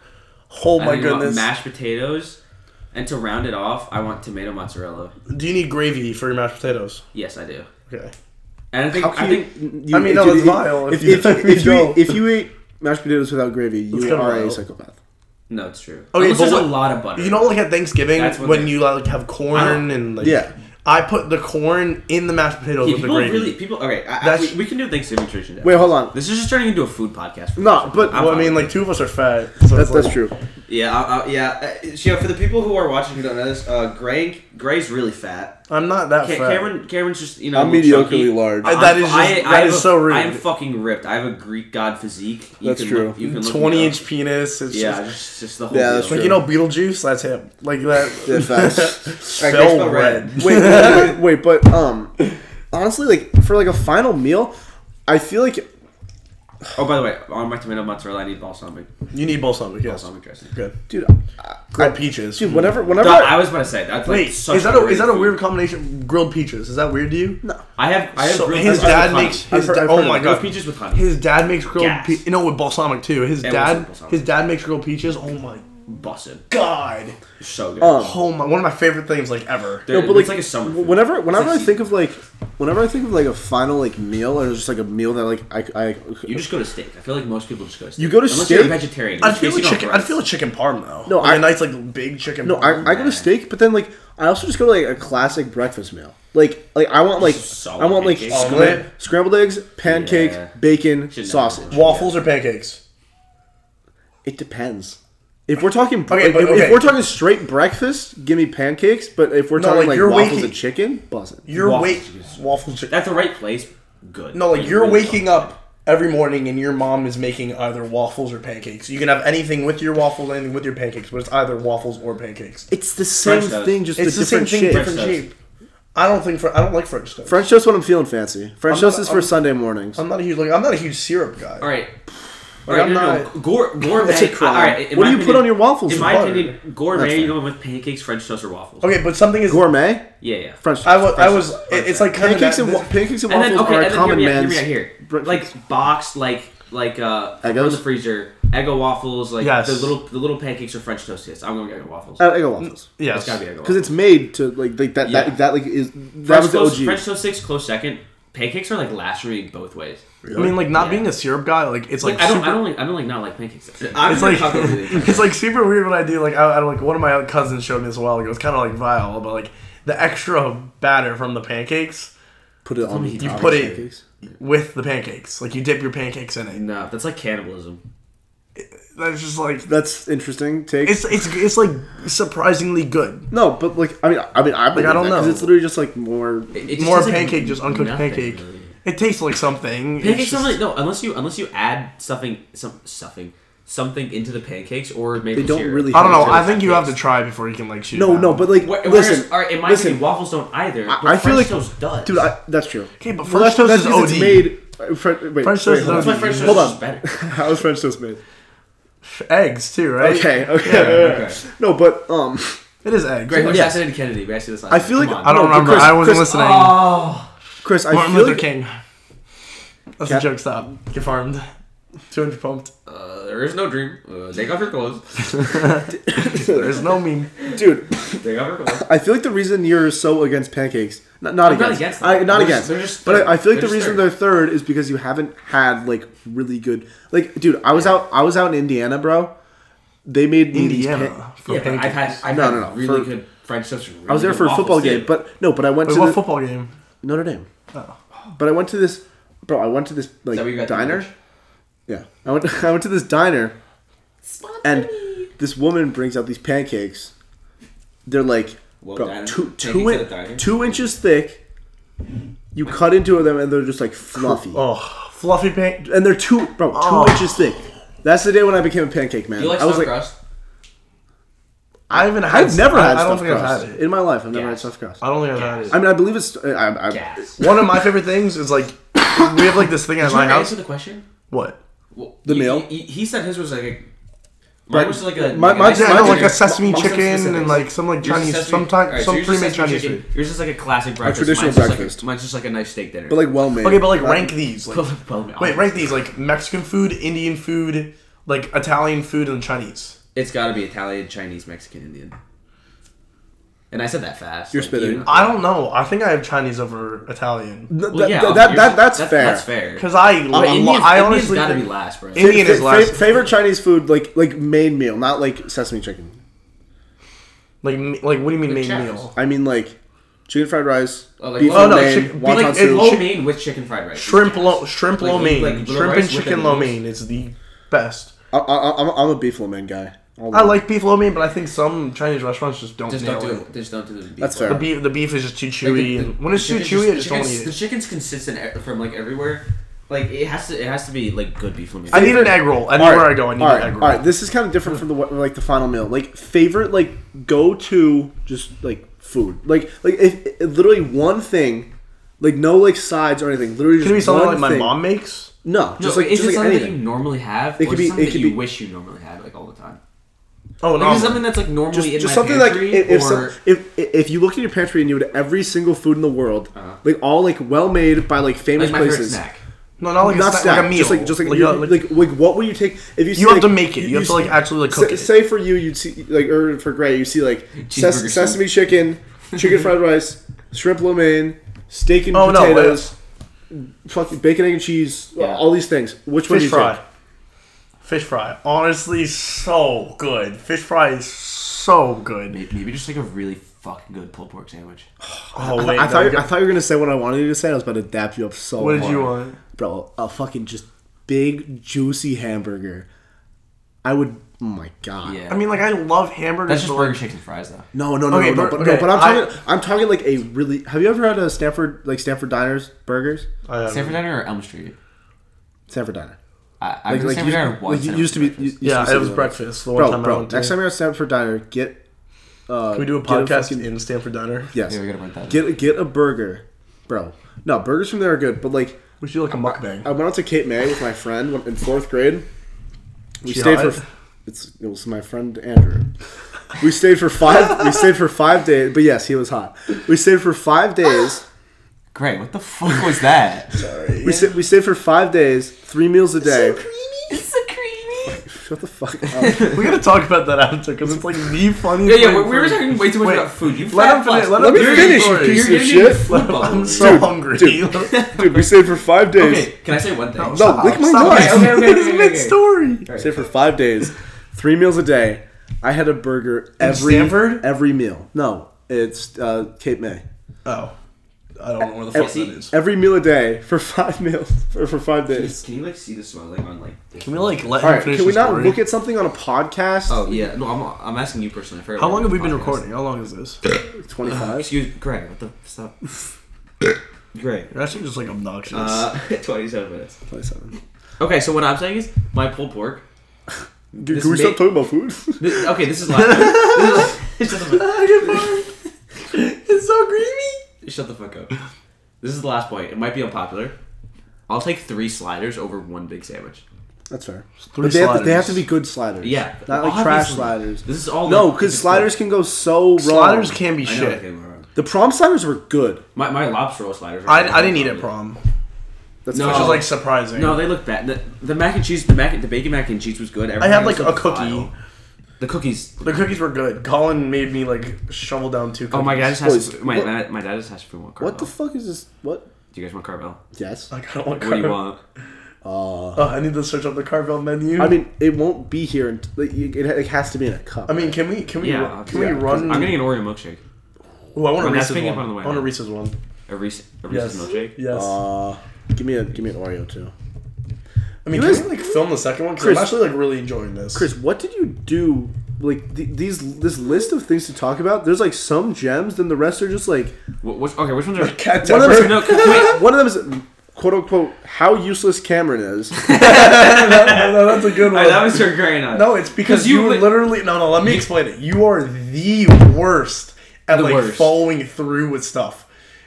C: Oh
B: I
C: my
B: think I want
C: goodness.
B: mashed potatoes, and to round it off, I want tomato mozzarella.
C: Do you need gravy for your mashed potatoes?
B: Yes, I do.
C: Okay.
B: And I think
A: How
B: I
A: can you,
B: think
A: you-
C: I mean, no,
A: dude,
C: it's
A: if-
C: vile
A: If, if,
C: if you-
A: you, if, you,
C: go.
A: eat- if you eat mashed potatoes without gravy, you
C: kinda
A: are a
C: wild.
A: psychopath.
B: no, it's true.
C: Okay,
B: Okay, Unless
C: but
B: there's
C: what-
B: a lot of butter.
C: You know, like at Thanksgiving,
B: That's
C: when,
B: when they-
C: you like have
B: I
C: corn
B: don't-
C: and like
A: Yeah.
C: I put the corn in the mashed potatoes
B: Yeah,
C: with the
B: people
C: gravy.
B: really people. Okay, I, I,
C: That's-
B: we, we can do Thanksgiving tradition.
A: Wait, hold on.
B: This is just turning into a food podcast. for
A: No,
B: me.
A: but-
B: I'm
C: well, I
B: fine
C: mean,
B: with
C: like two of us are fat. So
A: That's
C: it's like-
A: that's true.
B: it. yeah, I, I, yeah. Uh, so, yeah, for the people who are watching who don't know this, uh, Gray Gray's really fat.
C: I'm not that
B: Ca-
C: fat.
B: Cameron Cameron's just you know
A: I'm
B: a little chunky.
A: mediocrely large.
C: I- that is just- that
B: have
C: is
B: a-
C: so rude.
B: I am fucking ripped. I have a Greek god physique. You
A: That's
B: can
A: true.
B: Look, you can look me
C: Twenty
B: up.
C: inch penis. It's
B: Yeah,
C: just,
B: just, just the whole.
A: Yeah,
B: deal.
A: that's
C: like
A: true.
C: you know, Beetlejuice. That's him. Like that.
A: [LAUGHS]
C: [LAUGHS]
A: Yeah, facts.
C: Phil
B: red.
C: Red.
A: wait, wait, wait, wait, but um, honestly, like for like a final meal, I feel like
B: Oh, by the way, on my tomato mozzarella, I need balsamic.
C: You need balsamic, yes.
B: Balsamic dressing.
C: Good.
A: dude.
C: Grilled peaches.
A: Dude, whenever, whenever.
B: Duh,
A: I-
B: I was about to say that's like
C: Wait,
B: such
C: is that a
B: great
C: is that a
B: food.
C: weird combination? Grilled peaches. Is that weird to you?
A: no.
B: I have I have
C: So
B: grilled
C: his
B: peaches with
C: dad
B: honey.
C: makes his
A: I've heard-
C: da-
A: I've
C: oh
A: heard
C: my
A: of
B: grilled
C: god.
B: peaches with honey.
C: His dad makes grilled
B: Gas.
C: peaches. No, with balsamic too. His
B: And
C: dad
B: with balsamic.
C: his dad makes grilled peaches. Oh my
B: Busted.
C: god.
B: So good.
A: Um,
C: Oh my one of my favorite things like ever.
B: They're-
A: No, but,
B: it's
A: like,
B: like a summer. food.
A: Whenever, whenever
B: like
A: I think of like, whenever I think of like a final like meal or just like a meal that like I, I
B: you just go to steak. I feel like most people just go to steak.
A: You go to
B: Unless
A: steak?
B: You're a vegetarian.
C: I'd
B: It's
C: feel a
B: basically on
C: chicken. I'd
B: bread.
C: feel a chicken parm though.
A: No,
C: like
A: I-
C: a nice like big chicken.
A: no, I, I go to steak, but then like I also just go to like a classic breakfast meal. Like, like I want like
B: Solid
A: I want like
B: pancakes.
A: scram-
C: Omelette.
A: scrambled eggs, pancake,
B: Yeah.
A: bacon,
B: Should never
A: sausage.
B: go.
C: waffles or pancakes.
A: It depends. If we're talking,
C: Okay,
A: if-
C: but-
A: if,
C: okay.
A: we're talking straight breakfast, give me pancakes. But if we're
C: No,
A: talking
C: like,
A: like
C: you're
A: waffles
C: waking-
A: and chicken, buzzing.
C: Your
B: Waffles.
C: wake waffles. chi-
B: at the right place. Good.
C: No, like
B: you
C: you're
B: really
C: waking
B: don't.
C: up every morning and your mom is making either waffles or pancakes. You can have anything with your waffles, anything with your pancakes, but it's either waffles or pancakes.
A: It's the same
B: French toast.
A: thing, just
C: It's
A: a
C: the same
A: different
C: thing,
A: shape.
C: different
B: French
C: shape. I don't think for I don't like French toast.
A: French toast when I'm feeling fancy. French
C: I'm
A: toast
C: not-
A: is for
C: I'm-
A: Sunday mornings.
C: I'm not a huge like I'm not a huge syrup guy.
B: All right. All
C: Like,
B: right,
C: I'm
B: no, no,
C: not-
B: no. Gour- gourmet.
A: That's a crime.
B: All right, in
A: What do
B: my
A: you put
B: opinion-
A: on your waffles
B: In
A: for
B: my
A: butter?
B: opinion, gourmet.
A: Nothing.
B: You going with pancakes, French toast, or waffles?
C: Okay, but something is
A: Gourmet
B: Yeah, yeah.
A: French toast.
C: I was I
B: French
C: was
B: toast.
C: it- it's like kind
A: pancakes
C: of
A: and wa- pancakes and
B: and
A: waffles
B: then okay,
A: are a
B: and then hear
A: common
B: me out,
A: man's.
B: hear me out here.
A: breakfast.
B: Like boxed, like like uh, from
A: Eggos?
B: the freezer, Eggo waffles, like
C: Yes.
B: the little the little pancakes or French toast. Yes, I'm going Eggo waffles.
A: I, I go waffles
C: yeah,
B: it's gotta be Eggo waffles.
A: because it's made to like, like that,
B: Yeah.
A: that. That like is that
B: French
A: was the
B: toast,
A: OG.
B: French toast six close second. Pancakes are like last for me both ways.
C: I mean, like not
B: Yeah.
C: being a syrup guy, like it's like,
B: I don't,
C: super,
B: I don't like, I don't like not like pancakes. I'm
C: it's like [LAUGHS] it's like super weird what I do. Like I, I like one of my cousins showed me this a while ago. It's kind of like vile, but like the extra batter from the pancakes
A: Put it on the
B: You
A: top of
C: put it-
A: pancakes.
C: with the pancakes. Like you dip your pancakes in it.
B: no, that's like cannibalism.
C: That's just like
A: That's interesting. Take
C: it's it's it's like surprisingly good.
A: no, but like I mean, I mean, I, believe
C: I don't
A: that, 'cause
C: know.
A: It's literally just like more.
B: It- it just
C: More
B: tastes like
C: pancake, just uncooked
B: nothing,
C: pancake.
B: really.
C: It tastes like something. It's
B: Pancakes
C: just-
B: don't really, no unless you unless you add stuffing some stuffing something into the pancakes or maple
A: They don't
B: syrup.
A: really
C: I don't know.
A: have
C: I think you have to try before you can like shoot.
A: No,
C: it
A: no,
C: out.
A: but like
B: Wh- Whereas,
A: listen,
B: all right, in my
A: listen,
B: opinion, waffles don't either. But
A: I feel
B: French
A: like-
B: toast does.
A: dude, I, that's true.
C: okay, but
A: Well, that's-
C: French toast
A: that's
C: is
A: because
C: OD.
A: It's made. uh, Fren- wait, wait,
C: French toast is
A: hold
B: that's
A: on.
B: why French toast
A: Hold
B: is
A: on.
B: just
A: [LAUGHS]
B: better.
A: How is French toast made?
C: eggs too, right?
A: Okay, okay,
B: okay.
A: no, but um,
C: it is eggs.
B: Great, who
A: Yes.
B: assassinated Kennedy? We asked you this last
A: I feel
B: time.
A: like
B: Come
C: I
B: on.
A: No,
C: don't
A: but
C: remember.
A: Chris-
C: I wasn't
A: Chris-
C: listening.
B: Oh,
A: Chris, I
C: Martin
A: feel
C: Luther
A: like
C: King. That's
A: Cap-
C: a joke. Stop. Get farmed. Two hundred pumped.
B: uh, there is no dream. Uh, take off your clothes.
A: [LAUGHS]
C: There's no meme.
A: dude.
B: Take off your clothes.
A: I feel like the reason you're so against pancakes, not, not
B: I'm not
A: against,
B: against them.
A: I, not
B: They're
A: against,
B: just- they're just
A: but
B: third.
A: I, I feel like
B: They're
A: the reason
B: just
A: they're third is because you haven't had like really good, like, dude. I was out, I was out in Indiana, bro. They made me these pan-
C: Indiana for
B: Yeah, but I've
C: pancakes.
B: had I've
A: No,
B: had
A: no, no,
B: really
A: for-
B: good French toast. and Really
A: I was there
B: good
A: for a
B: waffles,
A: football
B: too.
A: game, but no, but I went
C: Wait,
A: to
C: what
A: the,
C: football game?
A: Notre Dame.
C: Oh.
A: But I went to this, bro. I went to this like
B: that where you got the
A: diner.
B: lunch?
A: Yeah, I went. [LAUGHS] I went to this diner, and this woman brings out these pancakes. They're like,
B: Well,
A: bro,
B: diner-
A: two two,
B: pancakes at a
A: in,
B: diner?
A: two inches thick. You cut into them, and they're just like fluffy.
C: [LAUGHS] Oh, fluffy pancake.
A: And they're two, bro, two
C: Oh.
A: inches thick. That's the day when I became a pancake man.
B: you like
A: I was
B: stuffed
A: like,
B: crust?
C: I haven't. Had
A: I've never
C: I-
A: had
C: I don't
A: stuffed
C: think I've
A: crust
C: had it.
A: in my life. I've never
B: Yeah.
A: had stuffed crust.
C: I don't think I've had it.
A: [LAUGHS] I mean, I believe it's. I, I, I,
B: Gas.
C: One of my favorite things is like we have like this thing at
B: Can
C: my
B: I
C: house.
B: answer the question?
C: What?
B: Well,
A: The
B: he-
A: meal?
B: He, he said his was like a.
A: But
B: Mine was like a.
A: my-
B: like a
A: my-
B: nice
A: yeah,
C: Yeah,
A: I
C: no,
A: know,
C: like
A: chicken.
C: a sesame
B: What's the
C: chicken and
B: specifics?
C: like some like
B: Yours is
C: Chinese,
B: sesame-
C: some
B: alright, so
C: some
B: yours is
C: pre-made
B: sesame
C: Chinese
B: chicken.
C: food.
B: Yours is like a classic breakfast.
A: traditional
B: mine's just like a-
A: breakfast.
B: mine's just like a nice steak dinner. [LAUGHS]
A: but like Uh, well made.
C: Okay, but like rank these. Like, wait,
B: wait,
C: rank these like Mexican food, Indian food, like Italian food, and Chinese.
B: It's got to be Italian, Chinese, Mexican, Indian. And I said that fast.
A: You're
B: like,
A: spitting.
B: you know.
C: I don't know. I think I have Chinese over Italian
A: Th-
B: Well,
A: th-
B: yeah,
A: th-
B: okay,
A: that,
B: yours-
A: that, that's, fair.
B: That's fair.
C: because I, lo-
B: But Indian's,
C: I
B: Oh, Indian's
C: honestly
B: got to be
C: think-
B: last, bro.
C: Indian- is last.
A: favorite Chinese food, like like main meal, not like sesame chicken.
C: like me- like what do you mean main
B: chefs.
C: meal?
A: I mean like chicken fried rice,
B: Oh, like
A: beef
B: lo-
A: lo
B: Oh, no,
A: mein,
C: chicken-
A: wonton
B: like
A: soup.
B: it's lo mein with chicken fried rice.
C: Shrimp lo shrimp
B: Like,
C: lo
B: you-
C: mein,
B: like, little
C: shrimp and
B: rice with
C: chicken
B: the
C: lo
B: noodles.
C: mein is the best.
A: I, I, I'm, I'm a beef lo mein guy. All the
C: I
A: way.
C: like beef lo mein, but I think some Chinese restaurants just don't.
B: Just
C: nail
B: don't do
C: it.
B: it. Just don't do the beef.
A: That's fair.
B: one.
C: The beef, the beef is just too
B: Like, the-
C: chewy, and
B: the-
C: when it's
B: the
C: too
B: chicken-
C: chewy, I just don't
B: chicken's-
C: eat
B: The
C: it.
B: chicken's consistent e- from like everywhere. Like it has to. It has to be like good beef.
C: I need an egg roll anywhere I go. I need
A: all
C: an
A: right,
C: egg roll.
A: all right. This is kind of different from the wa- like the final meal. Like favorite, like go to just like food. Like like if, if literally one thing Like no like sides or anything. Literally just
C: Could it be something
A: one
C: like my
A: thing.
C: mom makes?
A: No, just like
B: it's
A: just
B: just
A: like
B: something that
A: anything.
B: you normally have,
A: It
B: or
A: could be-
B: something
A: it
B: that
A: could
B: you
A: be-
B: wish you normally had, like all the time.
C: Oh
B: Like,
C: no.
B: it's something that's like normally
A: just,
B: in
A: just
B: my
A: something
B: pantry,
A: like if, if,
B: or
A: some, if if you looked in your pantry and you had every single food in the world,
B: Uh-huh.
A: like all like well made by like famous
B: like my favorite
A: places.
B: snack.
C: no, not like
A: Not
C: a, snack,
A: snack,
C: like a meal.
A: just like just like
C: like,
A: you-
C: a-
A: like,
C: like-
A: like what would you take if you see,
C: You have
A: like,
C: to make it. You, have to like
A: see-
C: actually like cook
A: say,
C: it.
A: say for you you'd see like or for Gray you see
B: [LAUGHS]
A: like ses-
B: Cheeseburger
A: sesame chicken, chicken fried rice, shrimp lo mein, steak and
C: Oh, no,
A: potatoes, fucking bacon egg and cheese,
B: Yeah.
A: all these things. Which one do
C: Fish
A: you
C: fry.
A: take?
C: Fish fry. Honestly, so good. Fish fry is so good.
B: Maybe just like a really fucking good pulled pork sandwich.
C: Oh
A: I,
C: wait,
A: I
C: no,
A: thought
C: you-
A: I thought you were gonna say what I wanted you to say. I was about to dap you up so.
C: What did you
A: hard.
C: want?
A: bro? A fucking just big juicy hamburger. I would. Oh my god.
B: Yeah,
C: I mean, like I love hamburgers.
B: that's just
C: but,
B: burger,
C: like,
B: shakes, and fries though.
A: No, no, no,
C: Okay,
A: no, no,
C: bur-
A: but, no.
C: okay,
A: But I'm
C: I-
A: talking. I, am talking like a really. Have you ever had a Stanford like Stanford diners burgers?
C: I don't know.
B: Sanford Diner or Elm Street?
A: Stanford diner.
B: I, I
A: Like,
B: like,
A: like,
B: Sanford
A: you-
B: Diner once.
A: like you
B: and
A: used to be.
B: was
A: you- used
B: breakfast.
A: to
C: Yeah,
A: be
C: it was
A: something like
C: breakfast. The one
A: that. Bro,
C: time I
A: bro.
C: went
A: Next
C: to.
A: time you're at Stanford diner, get. Uh,
C: Can we do a
A: get a
C: podcast
A: fucking-
C: in Stanford Diner?
A: yes.
B: Yeah, we gotta write that. down.
A: Get get a burger, bro. No, burgers from there are good, but like
C: We should do like a mukbang.
A: I went out to Cape May with my friend when- in fourth grade. We
C: She
A: stayed
C: hot?
A: for it's it was my friend Andrew. We stayed for five. We stayed for five days. But yes, he was hot. We stayed for five days.
B: Great. What the fuck was that?
A: We stayed, we stayed for five days, three meals a day.
B: [LAUGHS] it's so
A: [LAUGHS]
B: creamy.
A: Shut the fuck up.
C: we gotta talk about that after because it's like the funniest.
B: Yeah, yeah.
C: thing
B: We,
C: for
B: we were
C: me.
B: talking way too much
C: Wait,
B: about food. You
C: let him
B: fat
C: finish-
B: fuck.
C: let
A: Let me
B: You're-
A: finish, you
B: you're-
A: piece
B: you're
A: of shit.
B: getting food
C: [LAUGHS] I'm
B: bubbles.
C: so
A: Dude,
C: hungry.
A: dude. Dude, we stayed for five days.
B: Okay, can I say one thing?
A: No, lick my
C: [LAUGHS] Stop.
A: nuts. [LAUGHS]
B: Okay, okay, okay,
C: It's
B: okay,
C: mid
B: okay.
C: story.
A: We stayed for five days, three meals a day. I had a burger every
C: Stanford?
A: every meal. No, it's uh, Cape May.
C: Oh, I don't know where the
A: Ev-
C: fuck that is.
A: Every meal a day for [LAUGHS] five meals for, for five days.
B: Can you like see the smell like on like? the-
C: Can we like let
A: All
C: him
A: right,
C: finish
A: can we
C: the
A: not
C: story?
A: look at something on a podcast?
B: Oh yeah, no, I'm I'm asking you personally. I forgot
C: How long
B: about
C: have we been
B: the podcast.
C: recording? How long is this?
A: Twenty
C: [LAUGHS]
A: five.
B: Excuse, Greg. What the stop? Greg.
C: You're actually just like obnoxious. [LAUGHS]
B: Uh, 27 minutes.
A: Twenty seven.
B: Okay, so what I'm saying is my pulled pork.
A: Dude,
B: This
A: can we stop
B: may-
A: talking about food?
C: [LAUGHS]
B: This, okay, this is last. this is, shut, the fuck,
C: it's so creamy.
B: shut the fuck up. This is the last point. It might be unpopular. I'll take three sliders over one big sandwich.
A: That's fair.
C: Three
A: But they have, to, they have
C: sliders.
A: to be good sliders.
B: Yeah,
A: not like trash
B: obviously.
A: sliders.
B: This is all
A: No,
B: like-
A: because sliders can go so wrong.
C: Sliders can be
B: I know,
C: shit.
B: okay, we're wrong.
A: The prom sliders were good.
B: My my lobster roll sliders. are-
C: I, I didn't eat at prom, which
A: That's
B: No.
A: fine.
C: is like surprising.
B: No, they look bad. The, the mac and cheese, the mac, the bacon mac and cheese was good.
C: I
B: Everything
C: had
B: was
C: like a
B: on
C: cookie.
B: file. The cookies.
C: The cookies were good. Colin made me like shovel down two. Cookies.
B: Oh my god! I just has
A: Boys,
B: my,
A: what-
B: my my dad just has for more Carvel.
A: what the fuck is this? What?
B: Do you guys want
C: [LAUGHS]
B: Carvel?
A: Yes.
C: I kind of want.
B: What do you
C: Carvel.
B: want?
A: Uh,
C: Oh, I need to search up the Carvel menu.
A: I mean, it won't be here. Until, like, it, it has to be in a cup.
C: I mean, can we can we
B: Yeah,
C: ru- can
B: yeah,
C: we
B: 'cause
C: run?
B: I'm getting an Oreo milkshake.
C: Oh, I want a
B: I'm
C: Reese's
B: asking
C: one.
B: him on the way
C: I want a
B: out.
C: Reese's one.
B: A Reese, a
C: Yes.
B: Reese's milkshake.
C: Yes.
A: uh, give me a give me an Oreo too.
C: I mean,
A: you
C: can
A: guys-
C: we like film the second one? Because
A: Chris-
C: I'm actually like really enjoying this. [LAUGHS]
A: Chris, what did you do? Like th- these, this list of things to talk about. There's like some gems, then the rest are just like
B: What, which, okay, which ones
C: [LAUGHS]
B: are?
C: cat
A: one of them.
C: Tepper.
A: Is,
B: No,
C: [LAUGHS]
B: wait.
A: One of them is quote unquote how useless Cameron
C: [LAUGHS]
A: is.
C: no, that's a good one.
B: Alright, that was your gray eye.
C: No, it's because
B: 'Cause
C: you,
B: you li-
C: literally no no. Let me explain it. You are the worst at
B: The
C: like
B: worst.
C: following through with stuff.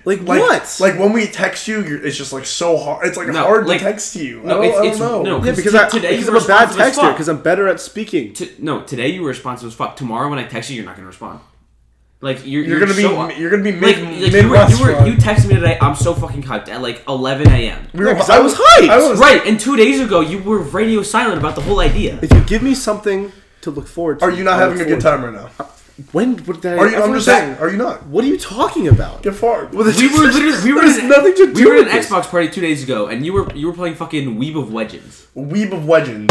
A: Like,
C: Like,
A: what?
C: Like when we text you, you're, it's just like so hard. It's like
B: No,
C: hard
B: like-
C: to text you. I
B: no,
C: don't,
B: it's-
C: I don't
B: it's-
C: know.
B: no.
A: yeah, because
B: t-
A: I
B: today
A: because
B: you
A: I'm a bad
B: responsive as
A: texter.
B: fuck.
A: Because I'm better at speaking.
B: T- no, today you were responsive as fuck. Tomorrow when I text you, you're not gonna respond. Like you're,
C: You're gonna be
B: so,
C: you're gonna be
B: like,
C: mid
B: like,
C: mid
B: you were, you were you texted me today. I'm so fucking hyped at like 11 a.m.
A: Yeah, 'cause I was hyped.
C: [LAUGHS]
B: Right, and two days ago you were radio silent about the whole idea.
A: If you give me something to look forward to,
C: Are you not
A: I
C: having a
A: look
C: good
A: forward-
C: time right now?
A: When would that?
C: Are you? I'm just saying. Are you not?
A: What are you talking about?
C: Get far.
B: We were literally we were
A: There's
B: in an-
A: nothing to do
B: we were
A: with
B: at an
A: this.
B: Xbox party two days ago, and you were you were playing fucking Weeb of Legends,
C: Weeb of Wedgens.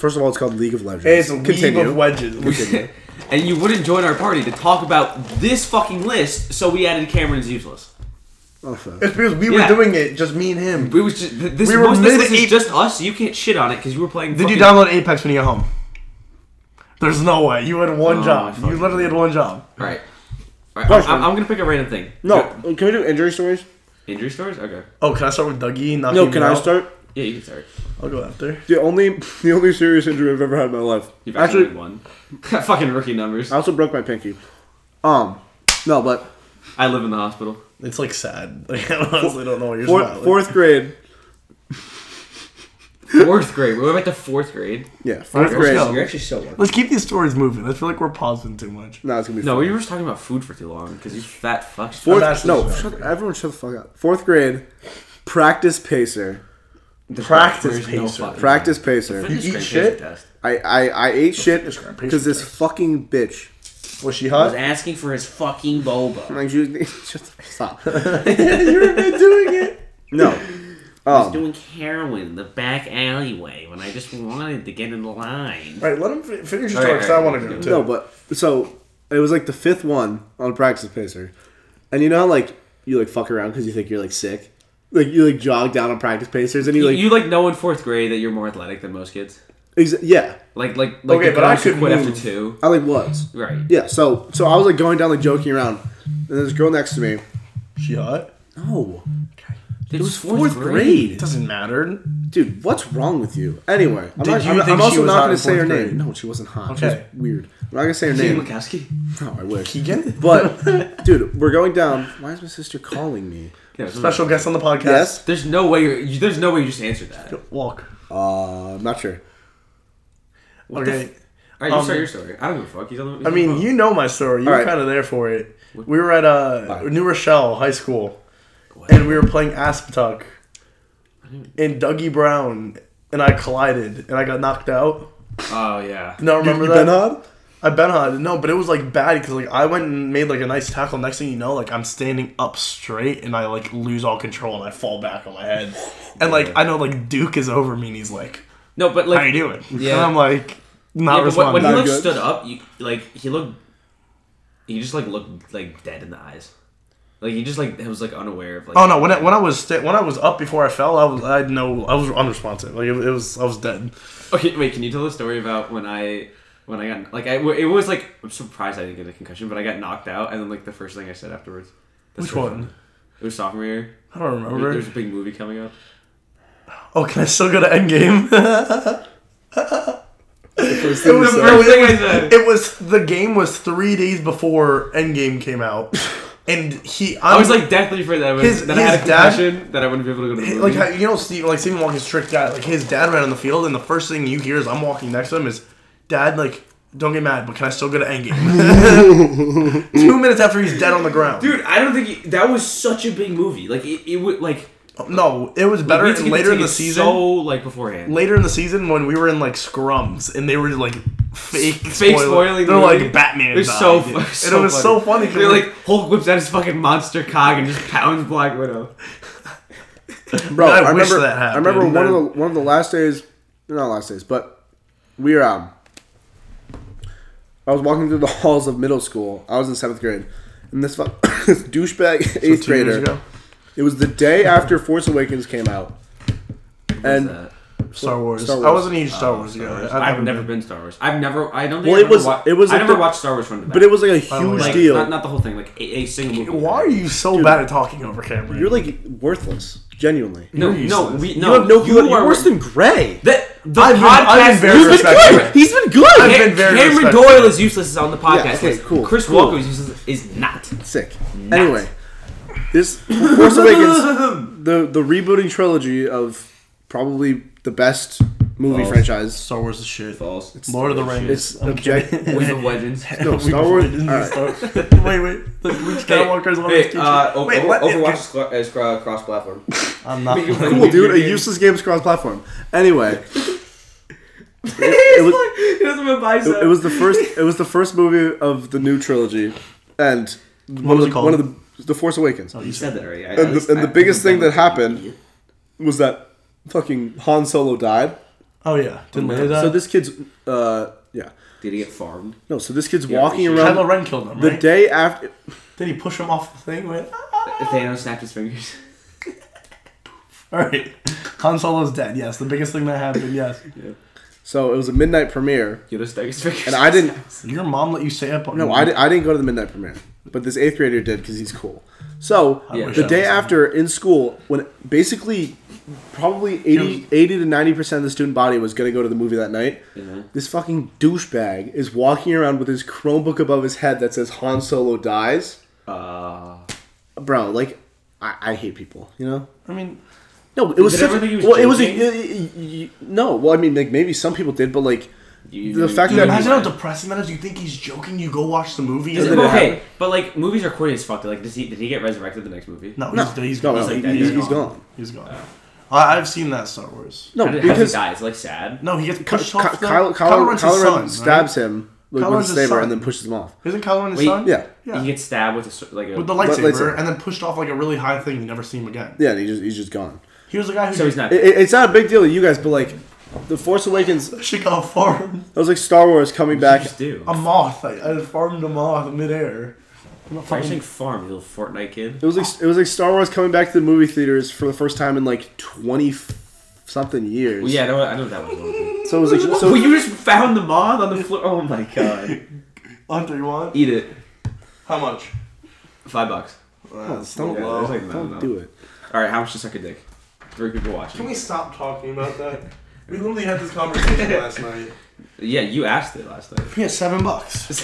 A: First of all, it's called League of Legends.
C: It's Weeb
A: Continue.
C: of Wedgens.
B: and you wouldn't join our party to talk about this fucking list. So we added Cameron's useless.
A: Oh, fuck.
C: [LAUGHS] It's because we
B: Yeah.
C: were doing it, just me and him.
B: We was just, th- this
C: We were
B: most of
C: mid
B: this is
C: eight-
B: just us. You can't shit on it because you were playing.
C: Did you
B: fucking-
C: download Apex when you got home? There's no way. You had one
B: Oh,
C: job. You
B: fucking-
C: literally had one job.
B: All right. All right. I'm,
A: Question.
B: I'm- I'm gonna pick a random thing.
A: No,
B: Go-
A: can we do injury stories?
B: Injury stories? Okay.
C: Oh, can I start with Dougie? Not
A: No,
C: Phoebe
A: can I
C: Mel?
A: start?
B: Yeah, you can start.
C: I'll go after.
A: The only [LAUGHS] the only serious injury I've ever had in my life.
B: You've actually [LAUGHS]
A: Actually,
B: won. fucking rookie numbers.
A: I also broke my pinky. Um, no, but
B: I live in the hospital.
C: It's like sad. [LAUGHS] Like I honestly don't know what you're
A: Fourth,
C: smiling.
A: fourth grade.
B: Fourth grade. We're about to fourth grade.
A: Yeah, fourth
B: You're
A: grade.
B: actually- You're actually so lucky.
C: Let's keep these stories moving. I feel like we're pausing too much.
A: No, it's gonna be
B: No,
A: fun.
B: we were just talking about food for too long because you fat fucks.
A: Fourth,
C: That's
A: no,
C: the
A: shut, everyone shut the fuck up. Fourth grade, practice pacer.
B: The
C: practice
B: there's no
C: pacer.
B: fucking-
A: Practice pacer.
B: Fitness
C: eat
B: grade pacer
C: shit?
B: Test.
A: I, I, I ate shit
C: fitness grade pacer
A: because this
C: test.
A: fucking bitch.
C: Was she
B: I was
C: hot?
B: asking for his fucking boba.
A: Like, she was, [LAUGHS] shut the, stop.
C: [LAUGHS] You've been doing it.
A: No.
B: I was
A: Um,
B: doing heroin in the back alleyway when I just wanted to get in line.
C: All right, let him fi- finish your
B: All
C: story
B: right,
C: because
B: all
C: I
B: right.
C: want to do it too.
A: no, but so it was like the fifth one on practice pacer, and you know, how, like you like fuck around because you think you're like sick. Like you like jog down on practice pacers, and you
B: You,
A: like
B: you like know in fourth grade that you're more athletic than most kids.
A: exa- yeah,
B: Like like like
C: Okay,
B: the
C: but I
B: girls who
C: could
B: quit
C: move.
B: after two.
A: I like was.
B: Right.
A: Yeah, so so I was like going down like joking around, and there's this girl next to me.
C: she hot?
A: No,
B: It was
A: fourth grade.
C: Doesn't matter.
A: Dude, what's wrong with you? Anyway, I'm,
C: Did
A: not,
C: you
A: I'm,
C: think
A: I'm
C: she
A: also
C: was
A: not
C: hot
A: going
C: in
A: to say her
C: fourth grade?
A: name. No, she wasn't hot. She
C: Okay.
A: was weird. I'm not going to say her
B: Keegan
A: name.
B: Bukowski?
A: No, I wish.
C: Keegan,
A: But, dude, we're going down. Why is my sister calling me?
B: Yeah, it was-
C: [LAUGHS] special guest on the podcast.
A: Yes?
B: There's no way. you're- You, there's no way you just answered that. All
C: Walk.
A: Uh, I'm not sure.
C: okay.
B: right, you
C: Um,
B: start your story. I don't give a fuck. He's on the. he's
C: I
B: on the
C: mean,
B: phone.
C: you know my story. You
A: All
C: were
A: right.
C: kind of there for it. We were at uh,
A: Bye.
C: New Rochelle High School, and we were playing Aspetuck, and Dougie Brown and I collided, and I got knocked out.
B: Oh yeah.
C: No, remember
A: you
C: that?
A: been hot?
C: I bet on no, but it was like bad because like I went and made like a nice tackle. Next thing you know, like I'm standing up straight and I like lose all control and I fall back on my head, and like I know like Duke is over me and he's like,
B: No, but
C: "How you
B: like.
C: doing?"
B: Yeah.
C: [LAUGHS] and I'm like,
B: yeah, but
C: not
B: when,
C: responding.
B: when he
A: Not
B: like
A: good.
B: stood up, you like he looked. He just like looked like dead in the eyes. Like he just like was like unaware of like.
C: Oh no! When I, when I was sta- when I was up before I fell, I was I had no I was unresponsive. Like it, it was I was dead.
B: Okay, wait. Can you tell the story about when I when I got like I it was like I'm surprised I didn't get a concussion, but I got knocked out, and then like the first thing I said afterwards. That's
C: Which
B: really
C: one?
B: funny. It was sophomore year.
C: I don't
B: There-
C: remember. Um,
B: There's a big movie coming up.
C: Oh, can I still go to Endgame? [LAUGHS]
A: First
C: it
A: thing
C: was
A: you said.
B: very-
C: it was-
B: I said.
C: it was the game was three days before Endgame came out,
B: [LAUGHS]
C: and he
B: I was like deathly afraid that I, would,
C: His-
B: that I had a
C: his dad-
B: concussion that I wouldn't be able to go to the movie.
C: like how- you know Steve like Stephen Walken's trick guy like his dad ran on the field and the first thing you hear is I'm walking next to him is dad like don't get mad but can I still go to
B: [LAUGHS]
C: Endgame [LAUGHS] two minutes after he's dead on the ground
B: Dude, I don't think he, that was such a big movie. Like it, it would like
C: no it was better
B: we had to get
C: later in the
B: tickets
C: season
B: So like beforehand.
C: later in the season when we were in like scrums and they were like fake
B: Fake spoiling.
C: they're
B: the movie.
C: like Batman
B: They're
C: died.
B: so, fu-
C: and
B: so
C: it was so funny because
B: They're like Hulk whips out his fucking monster cog and just pounds Black Widow.
A: Bro,
C: I
A: I,
C: wish
A: remember.
C: that happened.
A: I remember one of
C: That-
A: the one of the last days, not last days, but we were. Um, I was walking through the [LAUGHS] halls of middle school. I was in seventh grade, and this, fuck, [COUGHS] this douchebag eighth
C: two years
A: grader.
C: ago
A: It was the day after Force Awakens came out, and
B: Uh,
C: Star Wars.
A: Star
C: I
A: Wars.
C: wasn't a huge Star Wars guy
B: I've, never been Star Wars. I've never. I don't. Think
A: Well,
B: I've
A: it
B: ever
A: was-
B: wa-
A: it was
B: I
A: like
B: never
A: the-
B: watched Star Wars from the back.
A: but it was like a
C: Oh,
A: huge
C: yeah.
B: like,
A: deal.
B: Not, not the whole thing. Like a, a single movie.
C: why are you so bad at talking over camera
A: You're like worthless, genuinely.
B: No,
C: You're
B: no,
C: useless.
B: we,
A: you
B: no.
A: have no clue.
B: you
A: You are
B: are-
A: worse than Gray.
B: That the
C: I've been- I've
B: podcast.
C: been very
B: You've
A: He's been good.
C: respectful.
A: He's been good.
C: I've been
B: Cameron,
C: very
B: Cameron
C: respectful.
B: Doyle is useless is on the podcast.
A: Yeah, okay,
B: list.
A: cool,
B: Chris
A: cool.
B: Walker is useless is not.
A: Sick. Anyway, this Force Awakens. the the rebooting trilogy of probably the best movie
C: False.
A: franchise.
C: Star Wars is shit.
B: [LAUGHS] False.
C: Lord of the Rings.
A: It's
C: Oh. I'm [LAUGHS]
A: object-
C: kidding.
B: With the legends.
A: No, Star
C: We
A: Wars.
C: didn't do
A: all right.
C: Star- wait, wait. The Luke Skywalker's one of his teachers. Wait, what?
B: uh, is cross
A: [LAUGHS]
B: platform. [LAUGHS]
C: I'm not.
A: Cool, dude. A useless game is cross-platform.
C: [LAUGHS]
A: Anyway,
B: It,
A: it was-
B: like, he doesn't have a bicep.
A: it was the first. It was the first movie of the new trilogy, and
C: What was it called?
A: one of the the Force Awakens.
B: You said that already. I-
A: And
B: at
A: the-
B: least
A: and the
B: I-
A: biggest thing that
B: I'm an
A: happened-
B: idiot.
A: Was that fucking Han Solo died?
C: Oh yeah. Didn't Leia die?
A: So this kid's. Uh, yeah.
B: Did he get farmed?
A: No. So this kid's
B: Yeah,
A: walking
B: we should-
A: around
C: Kylo Ren killed him,
A: the
C: right?
A: day after.
C: Did he push him off the thing? Went.
B: Thanos snapped his [LAUGHS] fingers.
C: [LAUGHS] All right. Han Solo's dead. Yes, the biggest thing that happened. Yes.
A: So it was a midnight premiere,
B: Yoda stuck his fingers.
A: and I didn't.
C: Your mom let you stay up.
A: No, I, di- I didn't go to the midnight premiere, but this eighth grader did because he's cool. So
C: I wish
A: the
C: I
A: day
C: was
A: after in school, when basically probably 80, 80 to ninety percent of the student body was going to go to the movie that night,
C: Mm-hmm.
A: this fucking douchebag is walking around with his Chromebook above his head that says Han Solo dies.
B: Uh,
A: bro. Like, I, I hate people. You know.
C: I mean,
A: No, it was.
B: Did
A: Such,
B: everyone think he was
A: well, it was. A,
B: joking?
A: y- y- y- no, well, I mean, like maybe some people did, but like
B: you,
A: The fact
B: you-
A: that-
C: imagine how depressing that is. You think he's joking? You go watch the movie.
B: Is
A: Doesn't
B: it-
A: it
B: okay,
A: happen?
B: but like movies are corny as fuck. They're Like, does he did he get resurrected in the next movie?
C: No,
A: No,
C: he's, he's,
A: no,
C: he's,
A: no,
C: like,
A: he-
C: he's,
A: he's
C: gone.
A: gone.
C: He's gone. I, I've seen that Star Wars.
A: no
B: How did- how does
A: because
B: he
A: Ky-
B: die? Is it, like sad?
C: No, he gets pushed
A: Ky-
C: off. the-
A: Kylo
C: Kylo
A: Kylo
C: Ren's his
A: Kylo
C: son,
A: Ren
C: right?
A: stabs him like, with
C: Kylo
A: a
C: Ren's his
A: saber
C: son.
A: and then pushes him off.
C: Isn't Kylo Ren his
B: Wait,
C: son?
A: yeah.
C: yeah.
B: He gets stabbed with a s- like a.
C: With the
A: lightsaber.
C: lightsaber, and then pushed off like a really high thing. You never see him again.
A: Yeah, and he just he's just gone.
C: He was the guy who
B: so he's
C: [LAUGHS]
B: not.
A: It, it- it's not a big deal to you guys, but like, the Force Awakens, that
C: She got farmed.
A: was like Star Wars coming back.
B: just do.
C: A moth. I, I farmed a moth midair. I'm not
B: Why are you saying
C: fucking-
B: farm, you little Fortnite kid?
A: It was like it was like Star Wars coming back to the movie theaters for the first time in like twenty f- something years.
B: Well, yeah, I know, I know what
A: [LAUGHS]
B: that was.
A: So it was like
B: So
A: so.
B: well, you just found the moth on the floor. Oh my god!
C: Hunter, you
B: [LAUGHS]
C: want?
A: E-
B: Eat it.
C: How much?
B: Five bucks.
C: That's
A: don't
C: low.
B: there's like- no,
A: don't
B: no.
A: do it.
B: All right, how much to suck a dick? Three people watching.
C: Can we stop talking about that? [LAUGHS] We literally had this
A: [LAUGHS]
C: conversation last night.
B: Yeah, you asked it last night.
C: Yeah, seven bucks.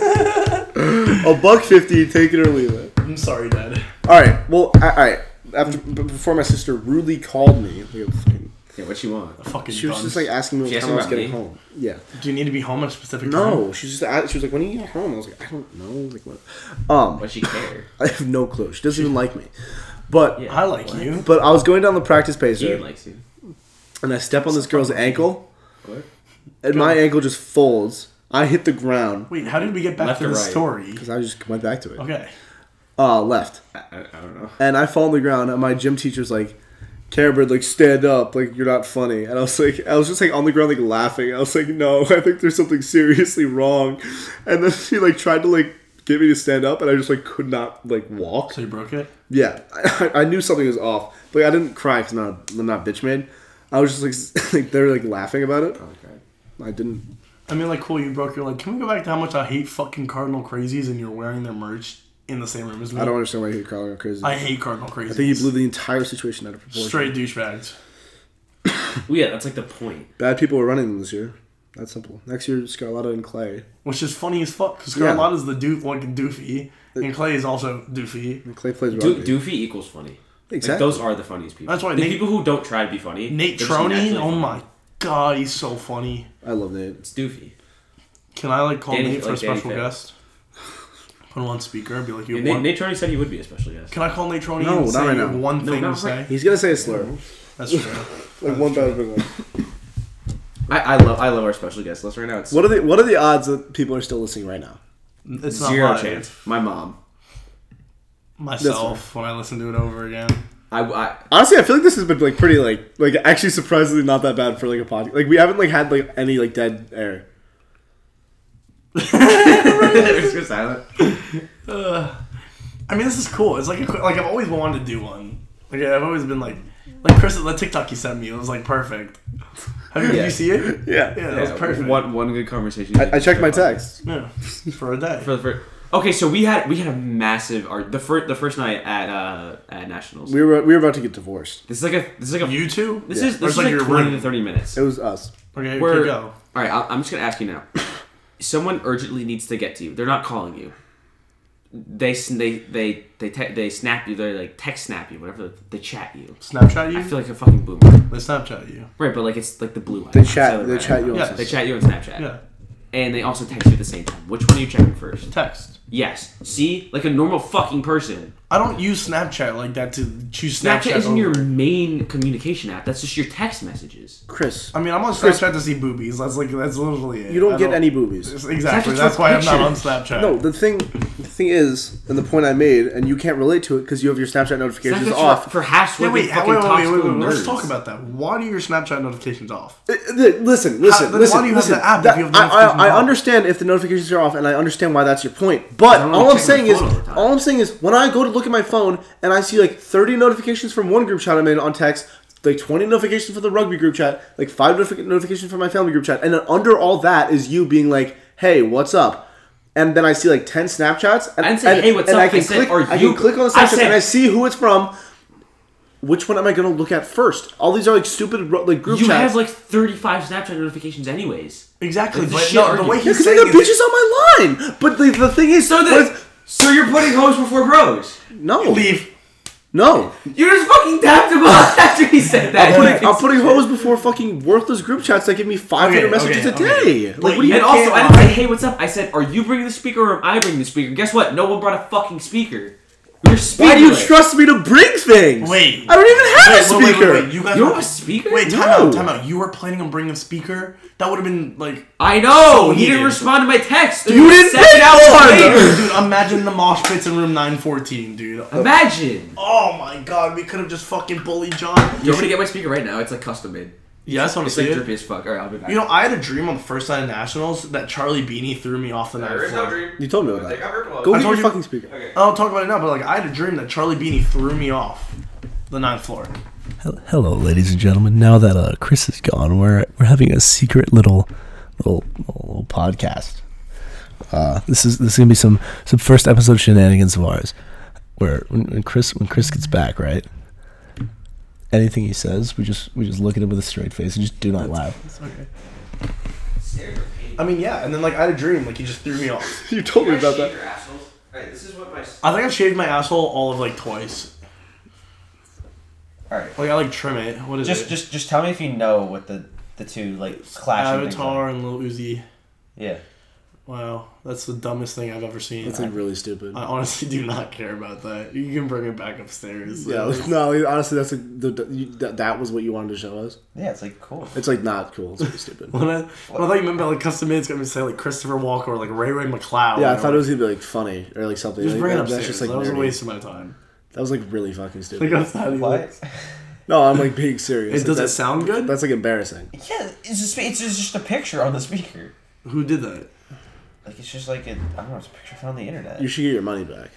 A: A buck fifty, take it or leave it.
C: I'm sorry, Dad.
A: All right. Well, I, all right. After b- before my sister rudely called me, like, fucking-
B: Yeah, what you want?
C: Fucking.
A: she was
C: dunce.
A: just like asking me
B: She
A: what
B: asked
A: time I was
B: about
A: getting
B: me?
A: home. Yeah.
C: Do you need to be home at a specific time?
A: No, she was just a- she was like, when are you getting home? I was like, I don't know. Like, what? Um, [LAUGHS]
B: But she cared.
A: I have no clue. She doesn't even like me. But
B: Yeah.
C: I like you.
A: but I was going down the practice
B: He
A: pacer,
B: likes you.
A: and I step on this girl's ankle,
B: What?
A: and my ankle just folds. I hit the ground
C: Wait, how did we get back
B: Left
C: to
B: or
C: the
B: right?
C: story?
A: because I just went back to it.
C: Okay.
A: Uh, left,
B: I, I, I don't know.
A: and I fall on the ground, and my gym teacher's like, "Carabird, like stand up, like you're not funny." And I was like, I was just like on the ground, like laughing. I was like, "No, [LAUGHS] I think there's something seriously wrong." And then she like tried to like get me to stand up, and I just like could not like walk.
C: So you broke it?
A: Yeah, I, I knew something was off. But I didn't cry because I'm not, I'm not bitch made. I was just like, [LAUGHS] like they're like laughing about it.
B: Okay.
A: I didn't.
C: I mean, like, cool, you broke your leg. Can we go back to how much I hate fucking Cardinal Crazies and you're wearing their merch in the same room as me?
A: I don't understand why he called her crazy.
C: I
A: I,
C: hate Cardinal Crazies.
A: think he blew the entire situation out of proportion.
C: Straight douchebags.
B: Well, yeah, that's like the point.
A: Bad people were running them this year. That's simple. Next year, Scarlatta and Clay.
C: Which is funny as fuck, because
A: Yeah.
C: Scarlatta's the doof, like, doofy, and Clay is also doofy.
A: And Clay plays
B: Do-
A: rugby.
B: doofy equals funny. Like,
A: exactly.
B: those are the funniest people.
C: That's why
B: the
C: Nate-
B: people who don't try to be funny.
C: Nate
B: they're just
C: Trony,
B: naturally
C: oh
B: funny.
C: my god, he's so funny.
A: I love Nate.
B: It's doofy.
C: Can I, like, call
B: Danny-
C: Nate for
B: like
C: a
B: Danny
C: special
B: Phantom.
C: guest? Put him on speaker and be like, you
B: And Nate,
C: have one.
B: Nate Trony said he would be a special guest.
C: Can I call Nate Trony
A: No,
C: and
A: not
C: say
A: right
C: you
A: now.
C: have one
B: No,
C: thing
B: not
C: to say?
B: right
A: He's gonna say a slur.
C: That's true.
B: [LAUGHS]
A: Like one bad word.
B: I, I love I love our special guest list right now. It's
A: What are the What are the odds that people are still listening right now?
C: It's
B: [LAUGHS]
C: not
B: zero
C: live.
B: chance. My mom.
C: Myself, when I listen to it over again.
B: I, I [LAUGHS]
A: Honestly, I feel like this has been like pretty like like actually surprisingly not that bad for like a podcast. Like we haven't like had like any like dead air.
B: it's just silent.
C: Uh, I mean, this is cool. It's like a, qu- like I've always wanted to do one. Like I've always been like like Chris the TikTok you sent me. It was like perfect. Have you, Did
B: Yeah.
C: you see it?
A: Yeah.
C: Yeah, that
B: Yeah,
C: was perfect.
B: One one good conversation.
A: I, I checked my text.
C: Yeah, for a day.
B: For the first, okay, so we had we had a massive art the first the first night at uh at nationals.
A: We were we were about to get divorced.
B: This is like a this is like a
C: you two.
B: this
A: Yeah.
B: is
C: Or
B: this
C: it's
B: is
C: like
B: like
C: your
B: twenty to
C: room.
B: thirty minutes.
A: was us.
C: Okay, okay,
B: We're-
C: go.
B: All right, I- I'm just gonna ask you now. Someone urgently needs to get to you. They're not calling you. They sn- they they they te- they snap you. They like text snap you. Whatever. They chat you.
C: Snapchat you.
B: I feel like a fucking boomer.
C: they Snapchat you.
B: Right, but like it's like the blue eye.
A: They
B: It's the
A: chat.
B: other
A: They
B: eye.
A: chat you. On
C: Yeah.
A: Snapchat.
B: They chat you on Snapchat.
C: Yeah,
B: And they also text you at the same time. Which one are you checking first?
C: text.
B: Yes. See, like a normal fucking person.
C: I don't use Snapchat like that to choose Snapchat.
B: Snapchat isn't your
C: over.
B: main communication app. That's just your text messages.
A: Chris,
C: I mean, I'm on Snapchat to see boobies. That's like that's literally it.
A: you don't
C: I
A: get any boobies.
C: [LAUGHS] Exactly.
B: Snapchat's
C: That's
B: for
C: why I'm not on
B: pictures.
C: Snapchat.
A: No, the thing, the thing is, and the point I made, and you can't relate to it because you have your Snapchat notifications
B: Snapchat's for,
A: off.
B: for half
C: Yeah, wait, wait,
B: fucking
C: wait,
B: top
C: wait, wait,
B: school
C: wait, Let's
B: nerds.
C: talk about that. Why do your Snapchat notifications off?
A: Uh, th- Listen, listen,
C: then why
A: listen.
C: do you have
A: listen.
C: the app if
A: That-
C: you have the
A: I, I, I
C: notifications off?
A: understand if the notifications are off, and I understand why that's your point. But
B: don't wanna
A: all I'm
B: check my
A: saying is,
B: phone all the time.
A: all I'm saying is, when I go to look at my phone and I see like 30 notifications from one group chat I'm in on text, like 20 notifications for the rugby group chat, like five notifi- notifications for my family group chat, and then under all that is you being like, "Hey, what's up?" And then I see like 10 Snapchats, and,
B: I didn't say,
A: and-
B: "Hey, what's
A: and
B: up?"
A: I can
B: I said,
A: click,
B: "Are
A: I
B: you-"
A: can click on the
B: I
A: Snapchat
B: said-
A: and I see who it's from. Which one am I going to look at first? All these are like stupid ru- like group
B: You
A: chats.
B: have like 35 Snapchat notifications, anyways.
C: Exactly,
B: It's a
C: but
B: shit
C: no, the
B: argument.
C: way
A: Yeah,
C: he's
A: because I
C: saying
A: got
C: it,
A: bitches on my line. But the, the thing is,
B: So
A: so
B: the- So you're putting hoes before bros.
A: No.
C: Leave.
A: No.
B: You just fucking tapped [LAUGHS] him off after he said that.
A: Putting, I'm putting hoes before fucking worthless group chats that give me 500
C: Okay,
A: messages
C: okay,
A: a
C: okay.
A: day. Like, what do you
B: and also, I
A: care?
B: didn't say, hey, what's up? I said, are you bringing the speaker or am I bringing the speaker? Guess what? No one brought a fucking speaker. You're speaking.
A: Why do you trust me to bring things?
C: Wait.
A: I don't even have
C: Wait,
A: a speaker.
C: Wait, wait, wait. You guys
B: You don't
C: were-
B: have a speaker?
C: Wait, time
A: No.
C: out, time out. You were planning on bringing a speaker? That would have been like.
B: I know.
C: So
B: he didn't
C: needed.
B: respond to my text.
A: You didn't
B: Send it
A: pick one!
B: later.
C: dude, imagine the mosh pits in room 914, dude.
B: Imagine.
C: Oh my god, we could have just fucking bullied John.
B: Yo, I'm gonna get my speaker right now. It's like custom made.
C: Yes,
B: It's like
C: honestly.
B: drippy as fuck. All right, I'll be back.
C: You know, I had a dream on the first night of Nationals that Charlie Beanie threw me off the night.
D: There is no
C: floor.
D: dream.
A: You told me about
D: Like, I
A: that.
D: heard one.
A: Go
D: I
A: get
D: told
A: your
D: you-
A: fucking speaker.
D: Okay.
C: I don't talk about it now, but like I had a dream that Charlie Beanie threw me off the ninth floor.
E: Hel- Hello, ladies and gentlemen. Now that uh, Chris is gone, we're we're having a secret little little, little podcast. Uh, this is this is gonna be some some first episode shenanigans of ours. Where when, when Chris when Chris gets back, right? Anything he says, we just we just look at him with a straight face and just do not laugh.
C: It's okay. I mean, yeah, and then like I had a dream, like he just threw me
A: [LAUGHS]
C: off.
A: You told me about
B: [LAUGHS]
A: that.
D: Alright, this is what my.
C: I think I've shaved my asshole all of like twice.
F: All right.
C: Like I like trim it. What is
F: Just,
C: it?
F: just, just tell me if you know what the the two like clashing things are.
C: Avatar and Lil Uzi.
F: Yeah.
C: Wow, that's the dumbest thing I've ever seen.
A: That's like really stupid.
C: I honestly do not care about that. You can bring it back upstairs.
A: Yeah, like, no, like, honestly, that's like, the, the, you, that, that was what you wanted to show us.
F: Yeah, it's like cool.
A: It's like not cool. It's pretty
C: [LAUGHS]
A: stupid.
C: When I, when I thought you meant about like custom made, it's gonna say like Christopher Walker or like Ray Ray McLeod.
A: Yeah, I thought it was gonna be like funny or like something.
C: Just
A: Like,
C: bring it
A: that-
C: upstairs.
A: that's just like
C: that was a
A: nerdy.
C: waste of my time.
A: That was like really fucking stupid.
C: Like outside of
F: What?
A: no, I'm like being serious.
C: [LAUGHS] It
A: Like,
C: does it
A: that's-
C: sound good?
A: That's like embarrassing.
F: Yeah, it's just it's just a picture on the speaker.
C: Who did that?
F: Like it's just like a, I don't know, it's a picture found on the internet.
A: You should get your money back.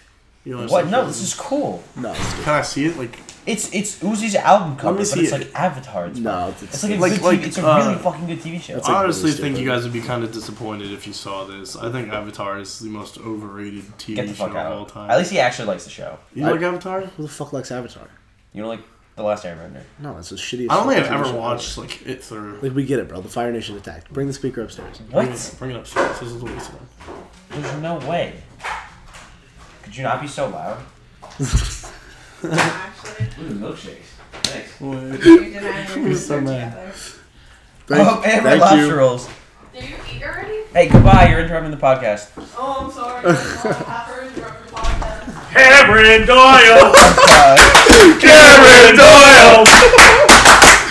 C: You know
F: What? No, this is cool.
A: No, it's stupid.
C: Can I see it? Like
F: It's it's Uzi's album cover,
C: me
F: but
C: see
F: it's
C: it.
F: like Avatar. It's,
A: no, it's,
F: it's like a
C: Like-
F: good
C: like,
F: TV, it's a
C: uh,
F: really fucking good TV show.
A: That's
C: I
A: like
C: honestly
A: really
C: think you
A: stupid.
C: guys would be kind of disappointed if you saw this. I think Avatar is the most overrated TV
F: Get the
C: show
F: fuck
C: of
F: out.
C: all time.
F: At least he actually likes the show.
C: you
A: I-
C: like Avatar?
A: who the fuck likes Avatar?
F: You know, like the Last Airbender.
A: No, it's the shittiest.
C: I don't think I've
A: fucking
C: ever
A: show.
C: watched like it through.
A: Like we get it, bro. The Fire Nation attacked. Bring the speaker upstairs.
F: What?
C: Bring it, bring it upstairs. This is a waste of time.
F: There's no way. Could you not be so loud?
G: [LAUGHS]
B: Ooh, milkshakes. Thanks.
A: [LAUGHS]
C: so mad.
A: Thank,
F: oh, and my
A: thank
F: lobster
A: you.
F: rolls.
G: Did you eat already?
F: Hey, goodbye. You're interrupting the podcast.
G: Oh,
A: [LAUGHS]
G: I'm sorry. Peppers, rubber podcast.
C: Cameron Doyle.
A: Cameron Doyle.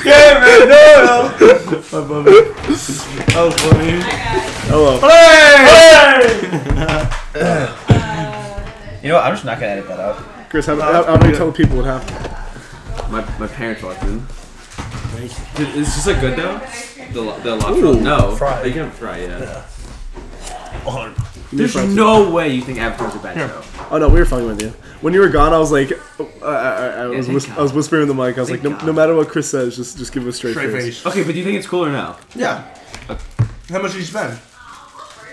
A: Cameron Doyle.
C: That was funny.
G: Hi,
A: Hello.
F: You know what? I'm just not gonna edit that out.
A: Chris, how, how, how many tell the people what happened?
B: My, my parents walked in. Dude, is this like good though? The lo- the lobster.
A: Ooh,
B: no,
F: fried.
B: You can fry, yeah.
C: Oh,
B: There's
A: Fry too.
B: no way you think Avatar's a bad show.
A: Oh no, we were fucking with you. When you were gone, I was like, uh, I, I, I, was,
B: thank
A: whis-
B: God.
A: I was whispering in the mic. I was like,
B: Thank
A: no,
B: God.
A: no matter what Chris says, just just give him a straight,
C: Straight
A: face.
C: face.
B: Okay, but do you think it's cool or no?
C: Yeah. How much did you spend?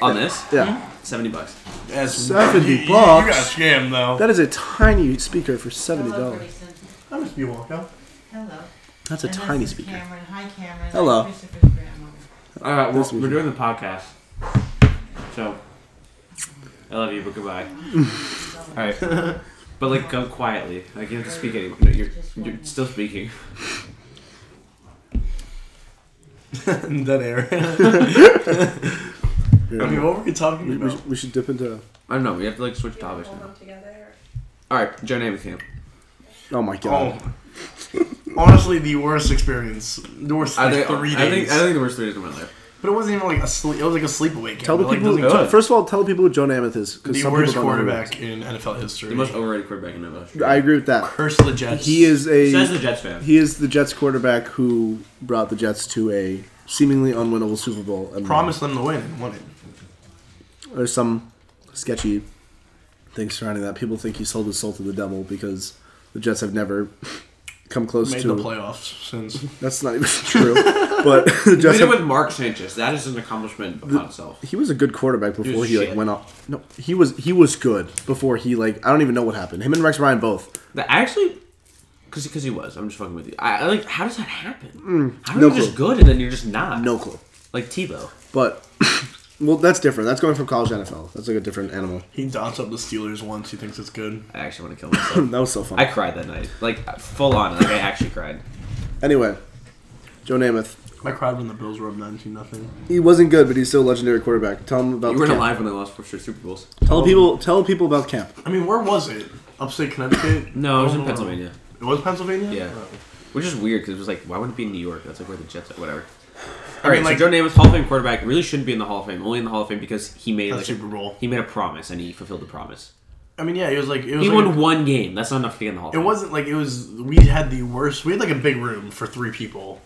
B: On this,
G: Mm-hmm.
A: Yeah,
B: seventy bucks.
C: That's
A: Seventy
C: you, You got
A: bucks.
C: scammed though.
A: that is a tiny speaker for seventy
G: Hello,
A: dollars.
G: Grayson.
C: How much do you walk out?
G: Hello.
A: That's a
G: And this
A: tiny
G: is
A: speaker.
G: Cameron. Hi, Cameron.
A: Hello.
G: I'm Christopher's grandmother.
B: All right, well,
A: This was-
B: we're doing the podcast. So, I love you, but goodbye. All right, but like go quietly. Like you don't have to speak anymore. No, you're you're still speaking.
C: Dead air.
A: Yeah.
C: I mean, what were we talking
A: We, we,
C: about?
A: should, we should dip into.
B: I don't know. We have to like switch topics now. All right, Joe Namath camp.
A: Oh my god.
C: Oh. Honestly, the worst experience. The worst
B: I
C: like,
B: think
C: three days.
B: I think I think the worst three days of my life.
C: But it wasn't even like a sleep. It was like a sleepaway game.
A: Tell the
C: It, like,
A: people.
C: doesn't-
B: good.
A: first of all, tell the people who Joe Namath is. 'cause
C: the
A: some
C: worst
A: people don't know who he
C: quarterback in NFL history.
B: The most overrated quarterback in the
A: is. I agree with that.
C: Curse the Jets.
A: He is
B: Says the
A: a
B: Jets fan.
A: he is the Jets quarterback who brought the Jets to a seemingly unwinnable Super Bowl. And
C: promised them the win and won it.
A: there's some sketchy things surrounding that. People think he sold his soul to the devil because the Jets have never come close
C: Made
A: to.
C: the playoffs since.
A: That's not even [LAUGHS] true, but [LAUGHS] the
B: We
A: Jets
B: did it
A: have,
B: with Mark Sanchez. That is an accomplishment upon itself.
A: he was a good quarterback before
B: was
A: he like
B: shit.
A: went off. No, he was he was good before he like I don't even know what happened. Him and Rex Ryan both.
B: That I actually, because because he was. I'm just fucking with you. I, I like. How does that happen? how are
A: no
B: you just
A: clue.
B: good and then you're just not?
A: No clue,
B: Like Tebow.
A: but [LAUGHS] Well, that's different. That's going from college to NFL. That's like a different animal. [LAUGHS]
C: He dots up the Steelers once. He thinks it's good.
B: I actually want to kill myself.
A: That was so fun.
B: I cried that night, like full on. Like I actually cried.
A: anyway, Joe Namath.
C: I cried when the Bills were up nineteen nothing.
A: He wasn't good, but he's still a legendary quarterback. Tell him about
B: You
A: the
B: weren't
A: camp.
B: alive when I lost four straight Super Bowls.
A: Tell people. Tell people about camp.
C: I mean, where was it? Upstate Connecticut?
B: No, it was
C: I
B: in
C: don't know.
B: Pennsylvania,
C: It was Pennsylvania.
B: Yeah.
C: Oh.
B: which is weird because it was like, why wouldn't it be in New York? That's like where the Jets are. Whatever.
C: I
B: All right,
C: mean, like
B: so Joe Namath, Hall of Fame quarterback, really shouldn't be in the Hall of Fame. Only in the Hall of Fame because he made
C: That
B: like
C: Super
B: a,
C: Bowl.
B: He made a promise and he fulfilled the promise.
C: I mean, yeah, it was like it was.
B: He
C: like
B: won
C: a-
B: one game. That's not enough to get in the Hall. of
C: it
B: Fame.
C: wasn't like it was. We had the worst. We had like a big room for three people.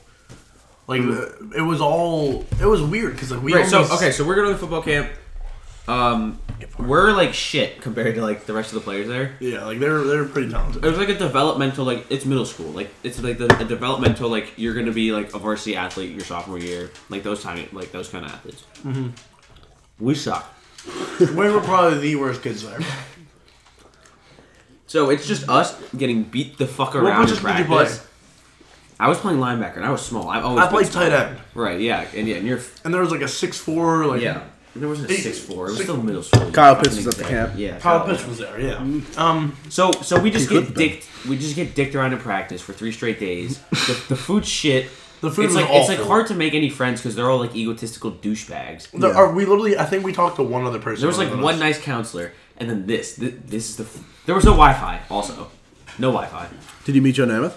C: Like the- it was all. It was weird because like we.
B: Mm. Right, so
C: almost-
B: okay, so we're going to the football camp. Um, we're like shit compared to like the rest of the players there.
C: Yeah, like they're they're pretty talented. [LAUGHS]
B: It was like a developmental, like it's middle school, like it's like the, a developmental, like you're gonna be like a varsity athlete your sophomore year, like those time, like those kind of athletes. Mm-hmm. We suck.
C: we were probably the worst kids there.
B: So it's just us getting beat the fuck around.
C: What
B: in
C: position did you play?
B: practice. I was playing linebacker and I was small. I've always
C: I played
B: been
C: tight end,
B: small. Right, yeah, and yeah, and you're
C: and there was like a six four. Like
B: yeah. There wasn't a
C: Eight-
B: six four. It was
C: six-
B: still middle school.
A: Kyle Pitts was
B: Fucking
A: at the
B: exact-
A: camp.
B: Yeah,
C: Kyle
B: Kyle
C: Pitts was there.
B: Mm.
C: Yeah. Um.
B: So so we just
A: He
B: get
A: could've been.
B: dicked we just get dicked around in practice for three
A: [LAUGHS]
B: straight days. The, the food shit.
C: The food
B: it's
C: was
B: like it's like
C: awful.
B: hard to make any friends because they're all like egotistical douchebags.
C: There, Are we literally? I think we talked to one other person.
B: There was like
C: other than
B: one
C: us.
B: nice counselor, and then this. Th- This is the. F- there was no Wi-Fi. Also, no Wi-Fi.
A: Did you meet Joe Namath?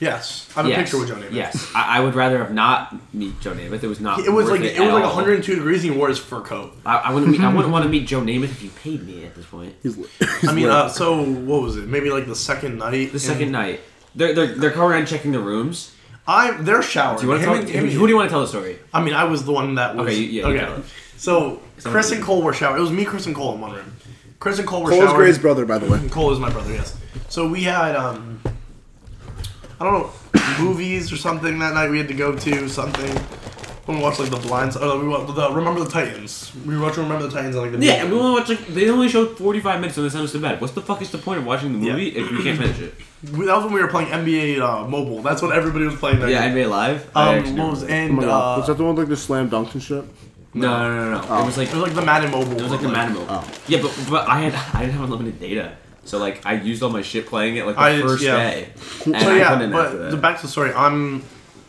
C: Yes, I have
B: yes.
C: a picture with Johnny. Manziel.
B: Yes, I, I would rather have not meet Joe Namath. It was not.
C: It was
B: worth
C: like it
B: at
C: was like
B: all.
C: 102 degrees. And he wore his fur coat.
B: I, I wouldn't. Meet, I
C: [LAUGHS]
B: wouldn't want to meet Joe Namath if you paid me at this point.
A: [LAUGHS] He's,
C: I mean, uh, so what was it? Maybe like the second night.
B: The second night, they're they're they're going around checking the rooms.
C: I they're showering.
B: Do you want to
C: Him
B: tell?
C: and-
B: Who do
C: him-
B: you want to tell the story?
C: I mean, I was the one that was.
B: Okay, you- yeah, you tell it.
C: So Chris and Cole were showering. It was me, Chris, and Cole in one room. Chris and Cole were
A: Cole's
C: showering.
A: Gray's brother, by the way.
C: Cole is my brother. Yes. So we had um, I don't know, [COUGHS] movies or something that night. We had to go to something. We watched like the Blinds. Oh, we watched the Remember the Titans. We watched Remember the Titans on like the
B: Yeah, and we only watch like they only showed forty five minutes and they sent us to bed. What's the fuck is the point of watching the
C: Yeah.
B: movie if we can't finish it?
C: We- that was when we were playing NBA uh, Mobile. That's what everybody was playing.
B: [CLEARS THROAT]
C: That
B: Yeah,
C: night.
B: NBA Live. I actually
C: Um, what was
B: remember.
A: Oh
C: and
A: my God. was
C: uh,
A: that the one with like the slam dunks and shit?
B: No, no, no, no. It was like
C: it was like the Madden Mobile.
B: it was like the Madden mode.
C: Oh.
B: Yeah, but but I had [LAUGHS] I didn't have unlimited data, so like I used all my shit playing it like the
C: I did-
B: first
C: yeah.
B: day. And
C: So
B: I
C: yeah,
B: couldn't after
C: but
B: that.
C: the back to the story. I'm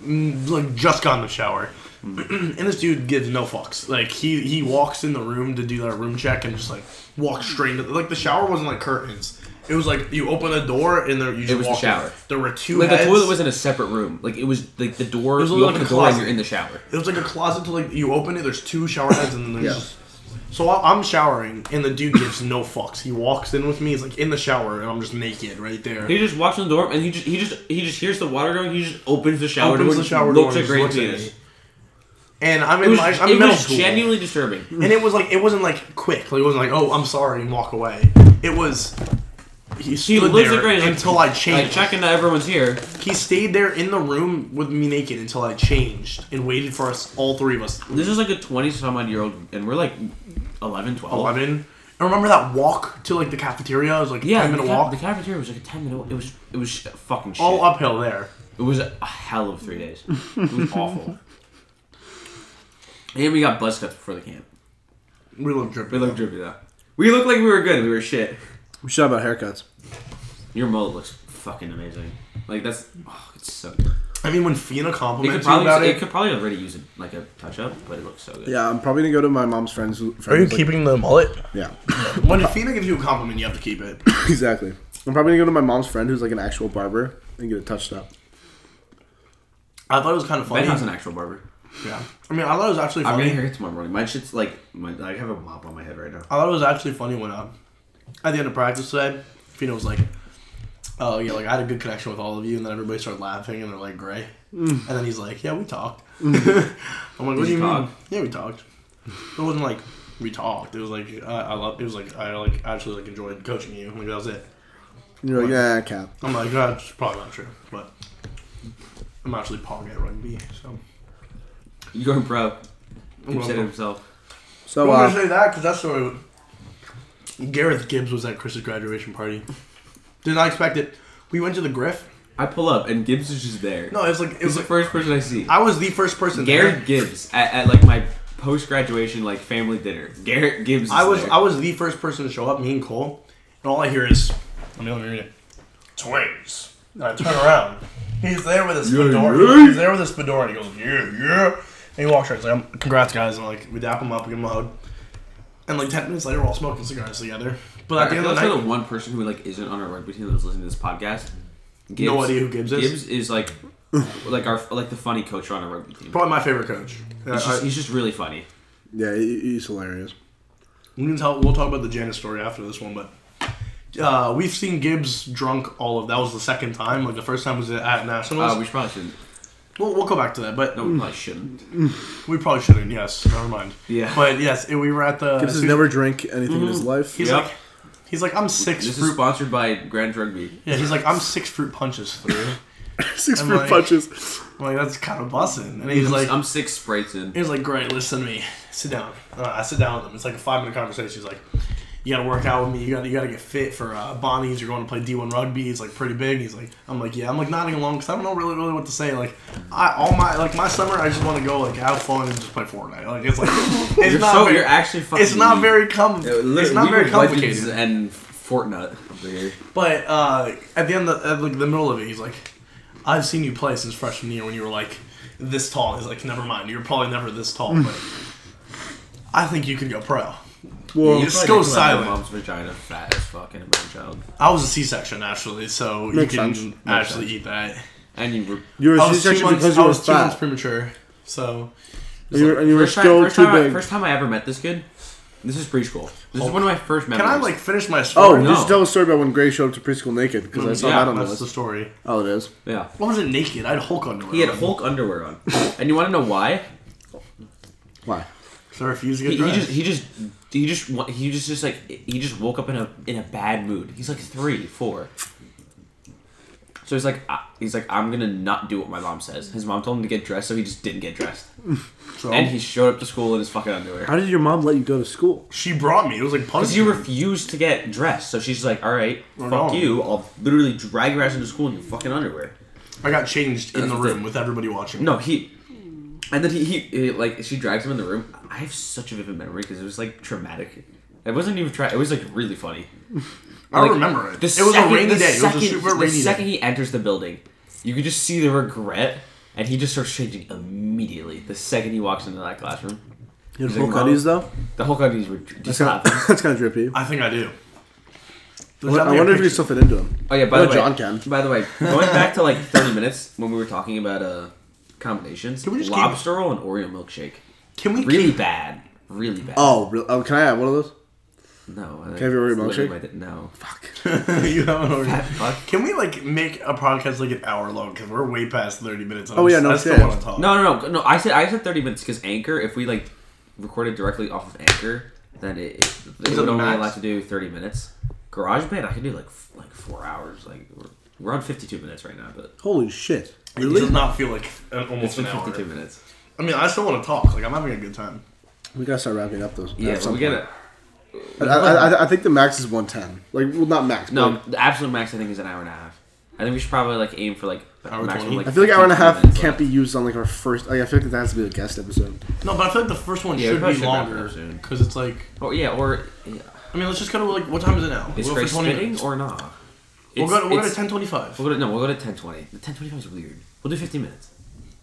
C: mm, like just got in the shower,
B: Mm.
C: and this dude gives no fucks. Like he he walks in the room to do that room check and just like walks straight into like the shower wasn't like curtains. It was like you open a door and there you just
B: was the
C: walk in.
B: shower.
C: There were two
B: like the
C: heads.
B: toilet was in a separate room. Like it was like the door.
C: was
B: you
C: like
B: open
C: a
B: the door and
C: closet.
B: you're in the shower.
C: It was like a closet to like you open it. There's two shower heads and then there's. just- So I- I'm showering and the dude gives no fucks. He walks in with me. He's like in the shower and I'm just naked right there.
B: He just walks in the door and he just he just he just hears the water going. He just opens the shower
C: opens
B: door.
C: the shower door
B: looks
C: and
B: a
C: just
B: great
C: looks at
B: penis.
C: me. And I'm
B: It
C: in
B: was,
C: my I'm
B: it
C: in middle
B: was
C: school.
B: genuinely disturbing.
C: and it was like it wasn't like quick. Like it wasn't like oh I'm sorry and walk away. It was [LAUGHS] he
B: He
C: stood
B: lives
C: there
B: a great
C: until I
B: Like
C: changed.
B: checking that everyone's here.
C: he stayed there in the room with me naked until I changed and waited for us all three of us.
B: This is like a 20 some odd year old, and we're like 11, 12.
C: Eleven. I remember that walk to like the cafeteria. It was like a
B: Yeah,
C: ten
B: the,
C: minute
B: ca-
C: walk.
B: the cafeteria was like a 10 minute walk. It was, it was sh- fucking shit.
C: all uphill there.
B: It was a hell of three days. It
C: [LAUGHS]
B: was awful. And we got buzz cuts before the camp.
C: We looked
B: We
C: dripping.
B: looked droopy though. We looked like we were good. We were shit.
A: We should have about haircuts.
B: Your mullet looks fucking amazing. Like that's, oh, it's so good.
C: I mean, when Fina
B: It could
C: compliments you
B: probably,
C: about
B: it
C: it.
B: could probably already use a, like a touch up, but it looks so good.
A: Yeah, I'm probably gonna go to my mom's friends. friends like-
E: the mullet?
A: Yeah,
C: When Fina gives you a compliment, you have to keep it.
A: exactly. I'm probably gonna go to my mom's friend who's like an actual barber and get it touched up.
C: I thought it was kind of funny.
B: Ben has an actual barber.
C: Yeah. I mean, I thought it was actually
B: I'm
C: funny.
B: gonna hear it tomorrow morning. My shit's like, my, I have a mop on my head right now.
C: I thought it was actually funny when um, at the end of practice today, Fino was like, "Oh yeah, like I had a good connection with all of you," and then everybody started laughing and they're like, "Gray," and then he's like, "Yeah, we talked." [LAUGHS] I'm like, "What
B: you
C: do Mm. you mean?"
B: talk?
C: Yeah, we talked. It wasn't like we talked. It was like I, I love. It was like I like actually like enjoyed coaching you. Like that was it.
A: And you're like, yeah, cap.
C: I'm like, that's probably not true, but I'm actually pog at rugby, so.
B: You're pro.
C: I'm
B: He said it
C: gonna-
B: himself.
A: So
C: I'm
A: uh,
C: gonna say that because that's the way. Gareth Gibbs was at Chris's graduation party. Did not expect it. We went to the Griff.
B: I pull up and Gibbs is just there.
C: No, it was like it
B: He's
C: was
B: the
C: like
B: first person I see.
C: I was the first person. there.
B: Garrett Gibbs at, at like my post graduation like family dinner. Garrett Gibbs. Is
C: I was
B: there.
C: I was the first person to show up, me and Cole, and all I hear is, let me let me read it. Twins. And I turn around. He's there with his fedora. He's there with his fedora. And he goes, yeah, yeah. And he walks right. He's like, "I'm- congrats, guys. And like, we dap him up, we give him a hug. And like ten minutes later, we're all smoking cigars together. But at
B: I
C: the end
B: feel
C: of
B: like
C: the
B: you're
C: night,
B: the one person who like isn't on our rugby team that's listening to this podcast. Gibbs,
C: No idea who Gibbs is.
B: Gibbs is like, [LAUGHS] like our like the funny coach on our rugby team.
C: probably my favorite coach. Uh,
B: He's
C: I-
B: just, he's just really funny.
A: Yeah, he- he's hilarious.
C: We can tell. We'll talk about the Janice story after this one, but uh, we've seen Gibbs drunk. All of that was the second time. Like the first time was at nationals.
B: Uh, we should probably shouldn't.
C: we'll, we'll go back to that, but
B: No, we probably shouldn't.
C: we probably shouldn't. Yes, never mind.
B: Yeah.
C: but yes, it- we were at the.
A: Gibbs has never drank anything in his life.
C: He's
B: Yep.
C: like, he's like, I'm six
B: This is
C: fruit.
B: sponsored by Grand Rugby.
C: yeah, he's like, I'm six fruit punches through.
A: [LAUGHS] Six
C: I'm
A: fruit
C: like-
A: punches.
C: I'm [LAUGHS] like that's kind of bussing, and he's like,
B: I'm six sprays in.
C: He's like, great, listen to me. Sit down. Uh, I sit down with him. It's like a five minute conversation. He's like, you gotta work out with me. You gotta you gotta get fit for uh, Bonnie's. You're going to play D1 rugby. He's like pretty big. He's like, I'm like, yeah. I'm like nodding along because I don't know really really what to say. Like, I all my like my summer, I just want to go like have fun and just play Fortnite.
B: [LAUGHS]
C: Like it's like it's
B: You're
C: not
B: so
C: very,
B: you're actually fucking.
C: it's not very
B: Uh,
C: com-
B: literally,
C: it's not
B: we
C: very
B: were Legends
C: complicated.
B: And Fortnite over here.
C: But uh, at the end, of, at like the middle of it, he's like, "I've seen you play since freshman year when you were like this tall." He's like, "Never mind, you're probably never this tall,
A: Hmm.
C: but I think you could go pro."
A: Well,
C: Just go
B: Like,
C: silent.
B: My mom's vagina fat as fuck and a man child.
C: I was a C-section actually, so
A: Makes
C: you can
A: sense.
C: actually eat that.
B: And you were
A: you were
C: I was
A: actually
C: two months,
A: because
C: I
A: you were
C: was two months
A: fat.
C: premature, so
A: And you were, and you were
B: first time,
A: still
B: first
A: too
B: time I,
A: big.
B: first time I ever met this kid. This is preschool. This is one of my first memories.
C: can I like finish my
A: oh,
C: story?
A: you
B: no.
A: should tell a story about when Gray showed up to preschool naked because I saw
B: yeah,
A: that on the
C: that's
A: list.
C: the story.
A: Oh, it is.
B: Yeah.
C: What was it naked? I had Hulk underwear.
B: He had
C: on.
B: Hulk underwear on, [LAUGHS] and you want to know why?
A: Why?
C: So I refused to
B: He,
C: get
B: he
C: dressed.
B: just he just he just wa- he just just like he just woke up in a in a bad mood. He's like three, four. So he's like I- he's like I'm gonna not do what my mom says. His mom told him to get dressed, so he just didn't get [LAUGHS] dressed,
C: So
B: and he showed up to school in his fucking underwear.
A: How did your mom let you go to school?
C: she brought me. It was like
B: Because you
C: punishment.
B: refused to get dressed, so she's like, "All right,
C: We're
B: fuck
C: going."
B: you. I'll literally drag your ass into school in your fucking underwear."
C: I got changed in
B: That's
C: the
B: the-
C: room with everybody watching.
B: No, he. And then he, he, he like she drags him in the room. I have such a vivid memory because it was like traumatic. It wasn't even tra- It was like really funny.
C: I
B: Like,
C: remember it.
B: The
C: it was
B: second-
C: a rainy
B: the
C: day.
B: Second,
C: it was a super
B: the
C: rainy
B: second
C: day.
B: he enters the building, you could just see the regret, and he just starts changing immediately the second he walks into that classroom.
A: You had
B: He's like,
A: full
B: "Mom."
A: cutties though.
B: The whole company's were just
A: That's kind
B: laughing.
A: [LAUGHS] of, that's kind of drippy.
C: I think I do. There's
A: I
C: definitely a
A: wonder if you
C: picture.
A: still fit into him.
B: Oh yeah, by
A: No,
B: the way,
A: John can.
B: By the way, going back to like thirty minutes when we were talking about uh combinations,
C: Can we just keep-
B: lobster roll and Oreo milkshake.
C: Can we
B: Really
C: keep
B: bad, really bad.
A: Oh, really? oh, can I have one of those?
B: no! uh, Can
A: have your Oreo milkshake? [LAUGHS]
B: No, fuck.
C: you have an
B: Fat
C: order?
B: fuck.
C: [LAUGHS] Can we like make a podcast like an hour long? Because we're way past thirty minutes. And
A: Oh,
C: I'm
A: yeah,
C: s-
A: no
C: I still
A: shit.
C: want to talk.
B: No, no, no, no. I said I said thirty minutes because Anchor. If we like recorded directly off of Anchor, then it, it, it
C: it
B: would only
C: max?
B: allow to do thirty minutes. GarageBand, I could do like f- like four hours. Like we're, we're on fifty-two minutes right now, but
A: Holy shit!
C: it does not feel like an,
B: it's
C: almost
B: been
C: an hour.
B: fifty-two minutes.
C: I mean, I still want to talk. Like I'm having a good time.
A: We gotta start wrapping up those.
B: Yeah,
A: at
B: but
A: some
B: we gotta.
A: point. I, I, I- I think the max is 110. Like, well, not max.
B: No,
A: No,
B: the absolute max I think is an hour and a half. I think we should probably like aim for like a
C: Hour
B: maximum
C: 20?
B: like.
A: I feel like hour and a
B: 15
A: half
B: minutes
A: can't
B: left.
A: be used on like our first. Like, I feel like that has to be a guest episode.
C: No, but I feel like the first one
B: Yeah, we
C: should
B: probably
C: be
B: should wrap it up
C: longer
B: soon.
C: because it's like.
B: Or yeah, or yeah.
C: I mean, let's just go to like what time is it now?
B: is
C: We'll
B: Grace
C: for 20
B: spitting
C: minutes.
B: or not?
C: We'll go. To, we'll go to
B: It's-
C: ten twenty-five.
B: We'll go to no. We'll go to ten twenty. The ten twenty five is weird. We'll do fifteen minutes.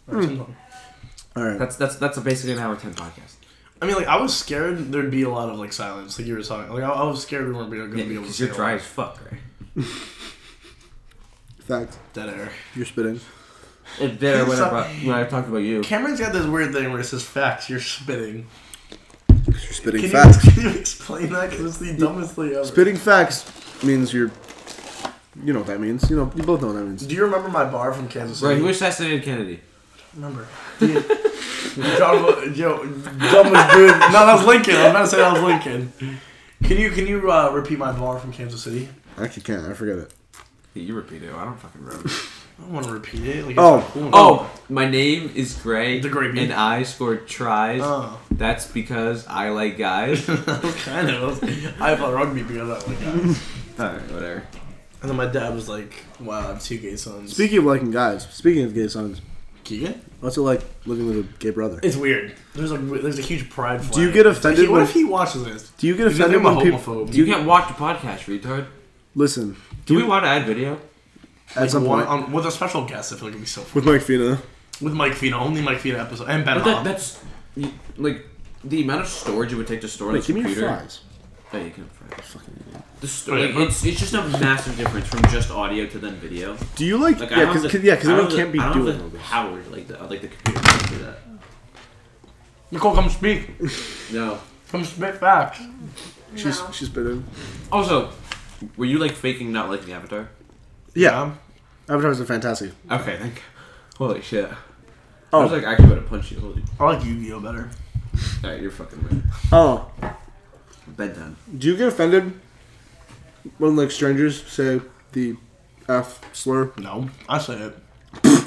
A: All right.
B: That's that's that's a basically an hour ten podcast.
C: I mean, like I was scared there'd be a lot of like silence, like you were talking. Like I, I was scared we weren't going to
B: Yeah,
C: be able to.
B: because
C: say
B: you're
C: a
B: dry
C: lot.
B: as fuck, right?
A: Fact.
C: Dead air.
A: You're spitting.
B: It's better when
C: So-
B: I, brought, when I talked about you.
C: Cameron's got this weird thing where it says facts. You're spitting.
A: You're spitting
C: Can
A: facts.
C: you, [LAUGHS] can you explain that? Because it's the dumbest thing ever.
A: Spitting facts means you're. You know what that means. You know. You both know what that means.
C: Do you remember my bar from Kansas City?
B: Right, who assassinated Kennedy?
C: Remember. Yeah. John, wa- yo, John was good. No, that was Lincoln. I'm about to say that was Lincoln. Can you can you uh, repeat my bar from Kansas City?
A: I actually can't. I forget it.
B: Yeah, you repeat it. I don't fucking [LAUGHS] remember.
C: I don't want to repeat it. Like, it's
A: Oh.
C: not cool.
B: oh, my name is Gray.
C: The Gray Bee.
B: And I scored tries.
C: [LAUGHS] Oh.
B: That's because I like guys. All
C: kind of. I thought rugby because I like guys.
B: right, whatever.
C: And then my dad was like, "Wow, I have two gay sons."
A: Speaking of liking guys. Speaking of gay sons.
C: Keegan?
A: What's it like living with a gay brother?
C: It's weird. There's a there's a huge pride. Flag.
A: Do you get offended
C: He- what
A: when-
C: if he watches this?
A: Do you get
C: He's like,
A: offended
C: I'm a
A: when people
C: homophobe.
A: do
B: You
A: you
B: can't watch the podcast, retard.
A: listen
B: Do we want to add video?
A: at some
C: One-
A: point
C: um, with a special guest, I feel like it'd be so fun.
A: with Mike Fina?
C: With Mike Fina, only Mike Fina episode, and Ben
B: But that,
C: Hobb.
B: that's you- like the amount of storage it would take to store
A: Wait,
B: this
A: give me your
B: computer.
A: fries.
B: Oh, you can fries. The sto- like,
C: Wait, huh?
B: it's, it's just a massive difference from just audio to then video.
A: Do you like?
B: Like I
A: yeah,
B: don't have
A: because
B: the,
A: yeah, because
B: I don't
A: everyone
B: have the-
A: can't be
B: I don't
A: doing
B: have
A: all
B: the
A: this.
B: power like the like the computer to do that.
C: Nicole, come speak.
B: No.
C: Come spit facts.
A: She's she's been in.
B: Also, were you like faking not liking Avatar?
A: Yeah, Avatar's a fantastic.
B: Okay, thank. you. Holy shit!
A: Oh.
B: I was like actually about to punch you. Holy.
C: I like Yu-Gi-Oh better.
B: All right, you're fucking right.
A: Oh,
B: Bend down.
A: do you get offended when like strangers say the f slur?
C: No, I say it.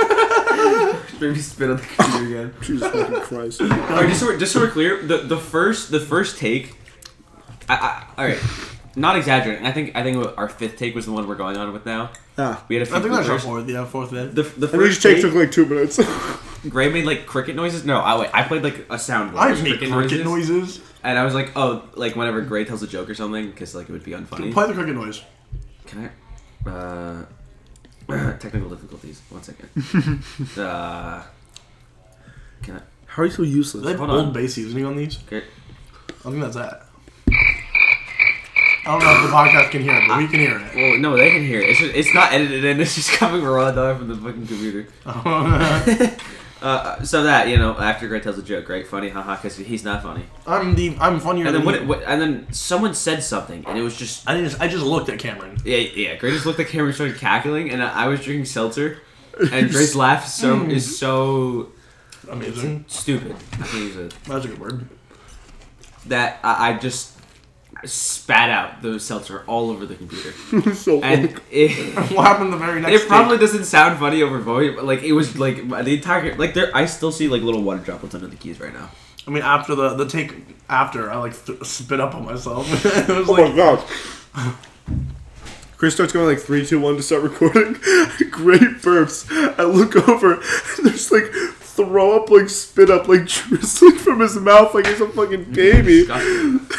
B: [LAUGHS] Maybe spit on the computer again.
A: Jesus fucking [LAUGHS] Christ!
B: All right, just so we're, just so we're clear, the the first the first take. I, I, all right, not exaggerating. I think I think our fifth take was the one we're going on with now.
A: Ah,
B: We had a few
C: [LAUGHS] I think that's our
B: bloopers.
C: fourth, yeah, fourth then.
B: The, the
A: and we
B: first
A: just take
B: take,
A: took like two minutes.
B: Gray made like cricket noises. No, I wait. I played like a sound.
C: I
B: It was
C: make cricket noises.
B: And I was like, oh, like whenever Gray tells a joke or something, because like it would be unfunny.
C: Play the cricket noise.
B: Can I? Uh, [CLEARS THROAT] technical difficulties. One second. uh, can I?
A: How are you so useless?
C: Is that
B: Hold
C: old
B: on.
C: bay seasoning on these?
B: Great.
C: I think that's that. I don't know if the podcast can hear it, but we can hear it. [LAUGHS]
B: Well, no, they can hear it. It's, just, it's not edited in. [LAUGHS] It's just coming raw dog from the fucking computer. Uh, so that you know, after Gray tells a joke, right? Funny, haha, because he's not funny.
C: I'm the I'm funnier
B: And then
C: than
B: what,
C: you.
B: what? And then someone said something, and it was just
C: I just I just looked at Cameron.
B: Yeah, yeah. Gray just looked at the camera and started cackling, and I I was drinking seltzer. And Gray's laugh is so is so
C: Amazing.
B: stupid. I can use it.
C: That's a good word. [LAUGHS]
B: That I, I just spat out the seltzer all over the computer,
A: [LAUGHS] so
B: and it,
C: What happened the very next?
B: it probably
C: day?
B: doesn't sound funny over voice, but like it was like the entire like there. I still see like little water droplets under the keys right now.
C: I mean, after the the take after, I like th- spit up on myself. [LAUGHS] it was
A: Oh my
C: like
A: god. [LAUGHS] Chris starts going like three, two, one to start recording. [LAUGHS] Great burps. I look over and there's like throw up, like spit up, like [LAUGHS] drizzling from his mouth like he's a fucking baby.
B: Disgusting.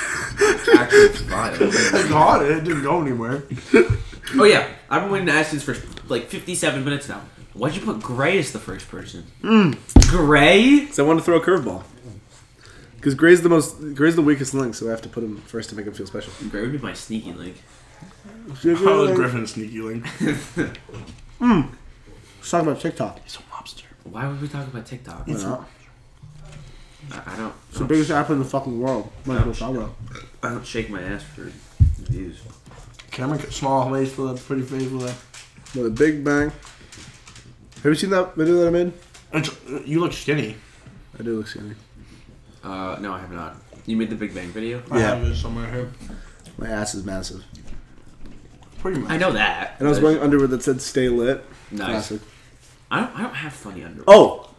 B: Actually, it's vile.
C: I got it. It didn't go anywhere.
B: Oh yeah, I've been waiting to ask this for like fifty-seven minutes now. Why'd you put Gray as the first person? Gray.
A: So I want to throw a curveball. Because Gray's the most, Gray's the weakest link, so I have to put him first to make him feel special.
B: Gray would be my sneaky link.
C: [LAUGHS] I was Griffin sneaky link.
A: Let's talk about TikTok.
C: He's a lobster.
B: Why would we talk about TikTok?
A: Why not?
B: I, I don't.
A: It's the biggest app in the fucking world. Might as well talk about it.
B: I don't shake my ass for views.
C: Cameron, got small waist with a pretty face with a.
A: With a big bang. Have you seen that video that I made?
C: It's, you look skinny.
A: I do look skinny.
B: Uh, no, I have not. You made the Big Bang video.
C: I
A: Yeah.
C: have it somewhere here.
A: My ass is massive.
C: Pretty much.
B: I know that.
A: And I was
B: but-
A: wearing underwear that said "Stay lit."
B: Nice.
A: Classic.
B: I don't. I don't have funny underwear.
A: Oh,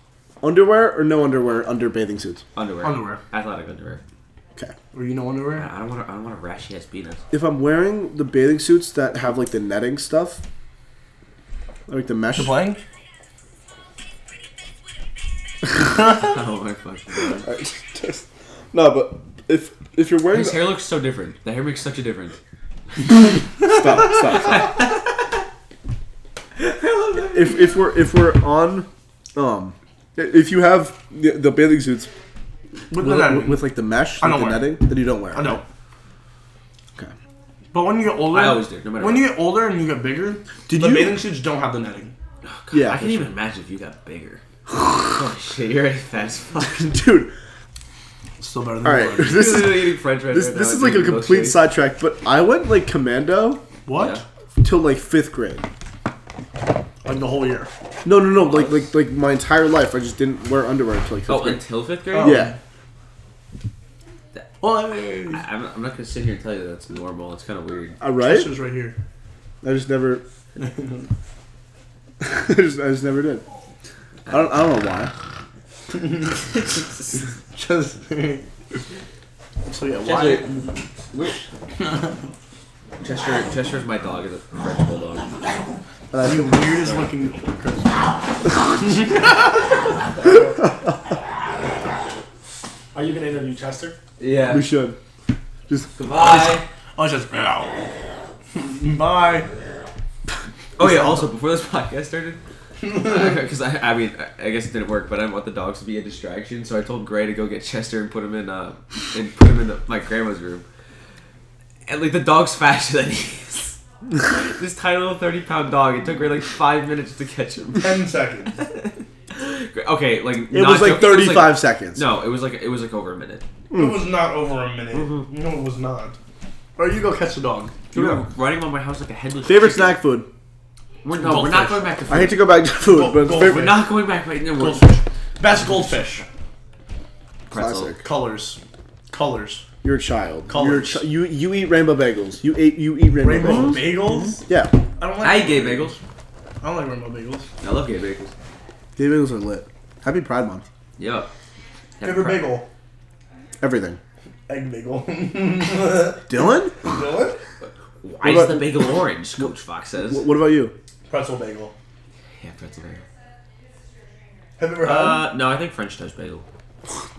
A: underwear or no underwear under bathing suits?
B: underwear.
C: Underwear.
B: Athletic underwear.
A: Okay.
C: Or you know underwear?
B: I I don't want. to. I don't want a rashy ass penis.
A: If I'm wearing the bathing suits that have like the netting stuff, like the mesh.
C: The playing?
B: [LAUGHS] oh my fucking
A: [LAUGHS]
B: god.
A: [LAUGHS] no, but if if you're wearing
B: His
A: the,
B: hair looks so different. The hair makes such a difference.
A: stop, stop, stop. if if we're if we're on, um, if you have the, the bathing suits
C: With,
A: with,
C: the netting.
A: with, like the mesh,
C: I
A: like the
C: don't wear
A: netting, then you don't wear. it.
C: I know.
A: Okay.
C: But when you get older,
B: I always do, no matter
C: when
B: what.
C: you get older and you get bigger, did the
A: you-
C: bathing suits don't have the netting.
A: Yeah,
B: I
A: for
B: can't even imagine if you got
A: [LAUGHS]
B: bigger. Holy shit, you're already fat as fuck.
A: dude.
C: Still better than
A: All right, [LAUGHS] this
B: [LAUGHS]
A: is
B: eating French right
A: This,
B: now,
A: this is
B: it's
A: like a
B: eating
A: complete
B: milkshake.
A: sidetrack, but I went like commando
C: [LAUGHS] what?
B: Yeah.
A: till like fifth grade.
C: Like the whole year.
A: No, no, no. Like, like, like my entire life, I just didn't wear underwear until like fifth
B: Oh,
A: grade.
B: until fifth grade?
A: yeah,
C: Well, I mean,
B: I- I'm, I'm not gonna sit here and tell you that's normal. It's kind of weird.
A: all right.
C: this is right here.
A: I just never. [LAUGHS] I, just, I just never did. I don't. I don't know why.
C: Just. so yeah, why?
B: Actually, we're- Chester, Chester's my dog is a French bulldog.
C: The weirdest looking.
H: Are you gonna interview Chester?
B: Yeah.
A: We should.
B: Goodbye.
C: Oh, it's just. [LAUGHS] Bye.
B: Oh yeah. Also, before this [LAUGHS] podcast started, because I, I mean, I- I guess it didn't work, but I didn't want the dogs to be a distraction, so I told Gray to go get Chester and put him in, uh, and put him in the, my grandma's room. And like the dog's faster than he is. [LAUGHS] this tiny little thirty-pound dog. It took Gray like five minutes to catch him.
C: Ten seconds.
B: Okay, like
A: It was like 35 seconds.
B: No, it was like it was like over a minute.
C: It was not over a minute. No, it was not. Or you go catch the dog.
B: You were running around my house like a headless.
A: Favorite
B: chicken.
A: snack food?
B: We're, no, we're not going back to. Food.
A: I hate to go back to [LAUGHS] food,
C: Go-
A: but
C: go
A: favorite
B: We're not going back right now. We're
C: Goldfish. Best goldfish.
B: pretzel.
A: classic.
C: Colors. Colors.
A: You're a child. You're a
C: Colors.
A: chi- you you eat rainbow bagels. You ate you eat rainbow,
C: Rainbow
A: bagels.
C: bagels?
A: Yeah,
C: I don't
B: I
C: like.
B: eat gay bagels.
C: I don't like rainbow bagels.
B: I love gay bagels.
A: gay bagels are lit. Happy Pride Month.
B: Yeah.
C: Favorite bagel?
A: Everything.
C: Egg bagel. [LAUGHS]
A: Dylan,
C: Dylan?
B: Why is the bagel
A: [LAUGHS]
B: orange? Coach Fox says.
A: Wh- what about you?
C: Pretzel bagel.
B: Yeah, pretzel bagel.
C: Have you ever
A: Um,
C: had?
B: Uh, no, I think French toast bagel.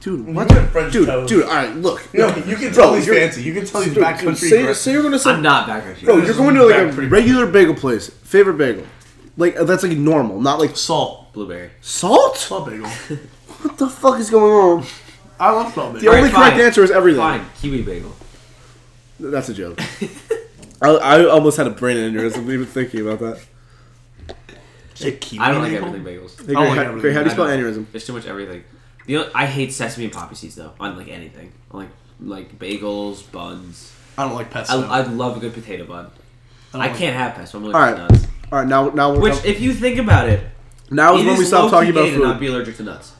A: Dude,
C: You
A: what?
C: had French
A: Dude,
C: toast.
A: dude. All right, look.
C: No,
A: Look,
C: you can
A: Bro,
C: tell he's
A: you're-
C: fancy. You can tell he's
A: dude,
C: backcountry.
A: Say,
C: dress-
A: say you're gonna
B: I'm
A: some.
B: not back
A: Bro, you're going to like a
C: Backcountry.
A: regular bagel place. Favorite bagel, like uh, that's like normal, not like
C: Salt.
B: Blueberry.
A: salt.
C: Salt bagel.
A: What the fuck is going on?
C: I love salt
A: The
C: bagel.
B: Alright,
A: only
B: fine.
A: correct answer is everything.
B: Fine, kiwi bagel.
A: That's a joke. [LAUGHS] I, I almost had a brain aneurysm even thinking about that.
B: I don't like everything bagels.
A: Hey, Gray,
C: I don't like
A: how,
C: everything.
A: Gray, how do you
B: I
A: spell
B: don't-
A: aneurysm?
B: There's too much everything. The only, I hate sesame and poppy seeds though. On like anything. On like like bagels, buns.
C: I don't like pesto.
B: I, I love a good potato bun.
C: don't
B: I
C: like-
B: can't have pesto. I'm allergic
A: All
B: to
A: right.
B: nuts.
A: All right, now now we're
B: Which, if you think about it,
A: now is
B: it
A: when
B: is
A: we stop
B: low-key
A: talking about
B: gay to not
A: food.
B: be allergic to nuts.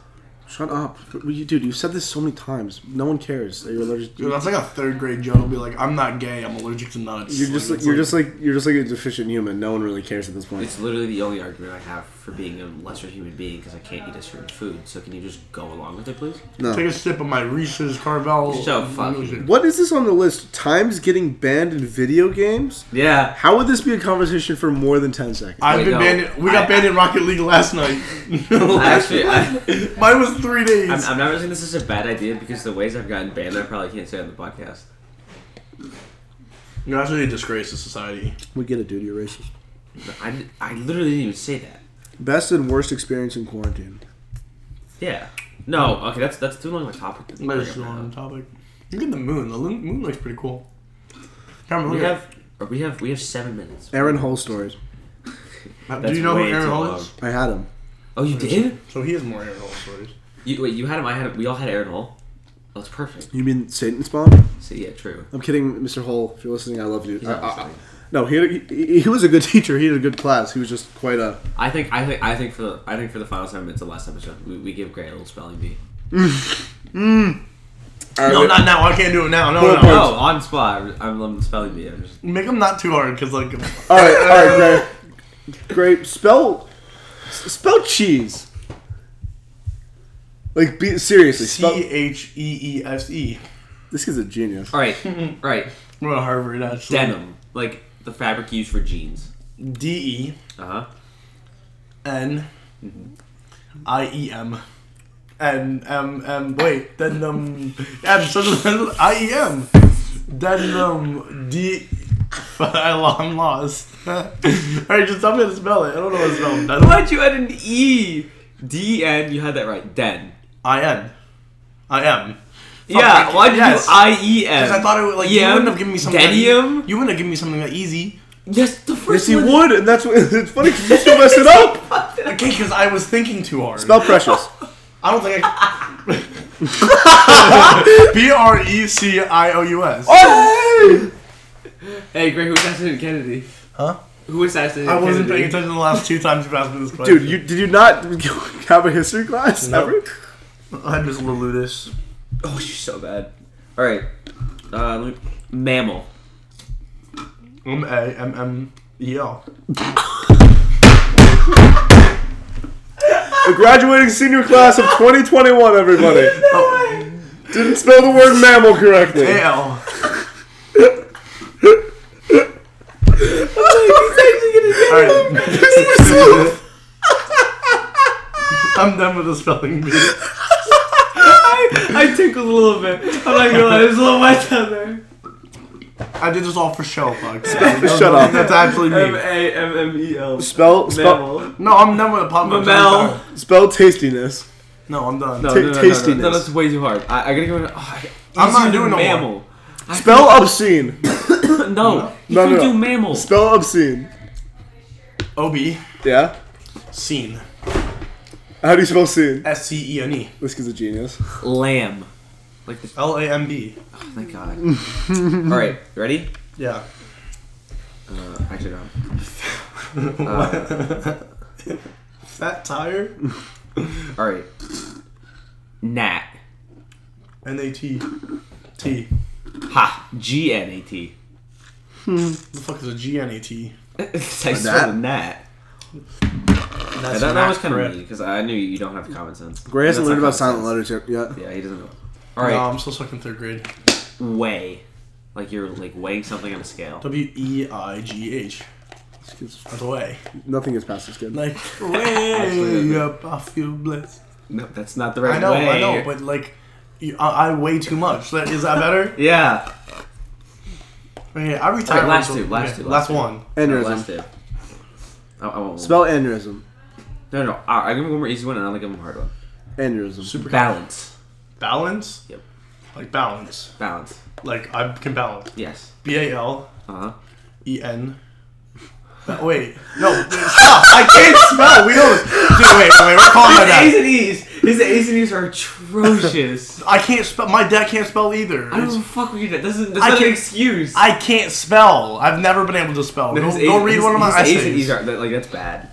A: Shut up, What you- dude. You've said this so many times. No one cares. that You're allergic.
C: Dude,
A: To-
C: that's like a third grade joke. Be like, I'm not gay. I'm allergic to nuts.
A: you're just
C: like,
A: like, you're just like you're just like a deficient human. No one really cares at this point.
B: It's literally the only argument I have for being a lesser human being because I can't eat a certain food. So can you just go along with it, please?
A: No.
C: Take a sip of my Reese's Carvel.
B: So fuck you.
A: What is this on the list? Times getting banned in video games.
B: [LAUGHS] Yeah.
A: How would this be a conversation for more than ten seconds?
C: I've
B: Wait,
C: been
B: no.
C: banned. in- We got
B: I-
C: banned in Rocket League last [LAUGHS] night.
B: I [LAUGHS] actually, I,
C: Mine was three days.
B: I'm, I'm not really saying this is a bad idea because the ways I've gotten banned, I probably can't say on the podcast.
C: You're actually a disgrace to society.
A: we get it, dude. You're racist.
B: But I, I literally didn't even say that.
A: Best and worst experience in quarantine.
B: Yeah. No. Okay. That's that's too long of a topic. To
C: Let
B: bring
C: us
B: up
C: go
B: now.
C: on the topic. Look at the moon. The loo- moon looks pretty cool. Cameron,
B: We
C: look at-
B: have or we have we have seven minutes.
A: Aaron Hall stories.
C: Do
B: That's
C: you know who
B: way
C: Aaron
B: too
C: Hall
B: long.
C: is?
A: I had him.
B: Oh, you did?
C: So he has more Aaron Hall stories.
B: You wait. You had him. I had him. We all had Aaron Hall. That's perfect.
A: You mean Satan spawn?
B: So yeah, true.
A: I'm kidding, Mr. Hall. If you're listening, I love you.
B: He's
A: I-
B: not
A: I-
B: listening.
A: No, he, had a- he he was a good [LAUGHS] teacher. He had a good class. He was just quite a.
B: I think I think I think for the I think for the final seven minutes of last episode, we, we give Gray a little spelling bee.
C: No, not now. I can't do it now. No, no, no.
B: No, on spot. I'm- I'm loving the spelling bee. I'm just
C: Make them not too hard, cause like
A: all right, all right, Gray. Gray, spell s- spell cheese. Like be, seriously,
C: C
A: spell,
C: H E E S E.
A: this kid's a genius.
B: all right, right.
C: We're at Harvard actually.
B: Denim, like the fabric used for jeans.
C: D E
B: Uh huh.
C: N I E M. N M M. Wait, then um M. So then I E M. Then um D. [LAUGHS] I lo- I'm lost. [LAUGHS] All right, just tell me how to spell it. I don't know how to spell it. Denim.
B: Why'd you add an E? D N. You had that right. Den.
C: I N. I M.
B: yeah.
C: it,
B: Why'd Oh, you
C: yes.
B: do I E N?
C: Because I thought it would like you
B: Yeah,
C: wouldn't have given me something. e-
B: Denium?
C: You wouldn't have given me something that easy.
B: Yes, the first
A: Yes, he
B: one.
A: would, and that's what [LAUGHS] it's funny. 'cause You still messed it up.
C: Okay, because I was thinking too hard.
A: Spell precious.
C: I don't think
B: [LAUGHS]
C: I. [LAUGHS] B R E C I O U S.
A: Oh!
B: Hey, Gray, who assassinated Kennedy?
C: Huh?
B: Who assassinated?
C: I wasn't paying
B: Kennedy?
C: attention the last two times you asked [LAUGHS] me this question.
A: Dude, you did you not [LAUGHS] have a history class
C: Nope.
A: ever?
C: I'm just Lelutis.
B: Oh, she's so bad. All right. Uh, let me, mammal.
C: M A M M E L.
A: The graduating senior class of 2021, everybody.
C: Oh, [LAUGHS]
A: Didn't spell the word mammal correctly.
C: A L. Oh, Alright. I'm done with the spelling bee.
B: I tickled a little bit. I'm not gonna lie, it's a little wet down there.
C: I did this all for show, fuck. [LAUGHS] Shut
A: up.
C: That's actually
B: M
C: [LAUGHS] me.
B: A M M E L.
A: Spell spell
B: Mammal.
C: No, I'm done with the pop culture. I'm
B: Mammal.
C: sorry.
A: spell tastiness.
C: No, I'm done.
B: No,
A: Ta-
B: no, no, no, no, no,
A: tastiness.
B: no, that's way too hard. I, I gotta go. In, oh,
C: I'm not
B: easier
C: doing
B: than
C: no more.
B: mammal.
A: Spell obscene.
B: [CLEARS THROAT] No, no, you
A: No, no, no.
B: can do mammal.
A: Spell obscene.
C: OB.
A: Yeah.
C: Scene.
A: How do you spell scene?
C: S C E N E.
A: This kid's a genius.
B: Lamb. Like the.
C: L A M B.
A: [LAUGHS]
B: Thank God. All right, ready?
C: Yeah.
B: Uh, actually, no.
C: Fat tire.
B: All right. Nat.
C: N A T. T.
B: Ha. G N A T. [LAUGHS]
C: The fuck is a G N A T?
B: I spelled Nat. Yeah,
C: That's
B: that, that
C: not
B: was kind of
C: correct.
B: mean because I knew you don't have common sense.
A: Gray hasn't
B: That's
A: learned
B: not
A: about silent
B: common
A: letters yet. Yeah.
B: sense. Yeah, he doesn't know. All
C: No,
B: right,
C: I'm still stuck in third grade.
B: weigh. Like you're like weighing something on a scale.
C: W E I G H.
A: This kid's-
C: That's away.
A: Nothing gets past this kid.
C: [LAUGHS] Like way up, I feel blessed.
B: No, that's not the right
C: I know,
B: way.
C: I know, but like, you, I, I weigh too much. Like, Is that better?
B: yeah.
C: [LAUGHS] Okay, I retired.
B: Alright, last
C: from-
B: two, last
C: okay,
B: two, last
C: last one.
B: No, last
A: Aneurysm.
B: tip. I, I won't.
A: Spell aneurysm.
B: No, no. no. All right, I give him one more easy one, and I'll give him a hard one.
A: Aneurysm.
B: Balance.
C: Balance.
B: Yep.
C: Like balance.
B: Balance.
C: Like I can balance.
B: Yes.
C: B A L
B: Uh huh.
C: E N. No, Wait,
B: [LAUGHS]
C: no, wait, stop! I can't spell. We don't. Dude, wait, wait, wait. We're calling my
B: His A's
C: dad.
B: and E's. His A's and E's are atrocious.
C: I can't spell. My dad can't spell either.
B: [LAUGHS] I don't know fuck what you did. This is that's
C: I
B: not an
C: can-
B: excuse.
C: I can't spell. I've never been able to spell.
B: No,
C: Go,
B: his
C: go
B: A's-
C: read
B: his-
C: one of my
B: his A's and E's
C: essays.
B: are that- like that's bad.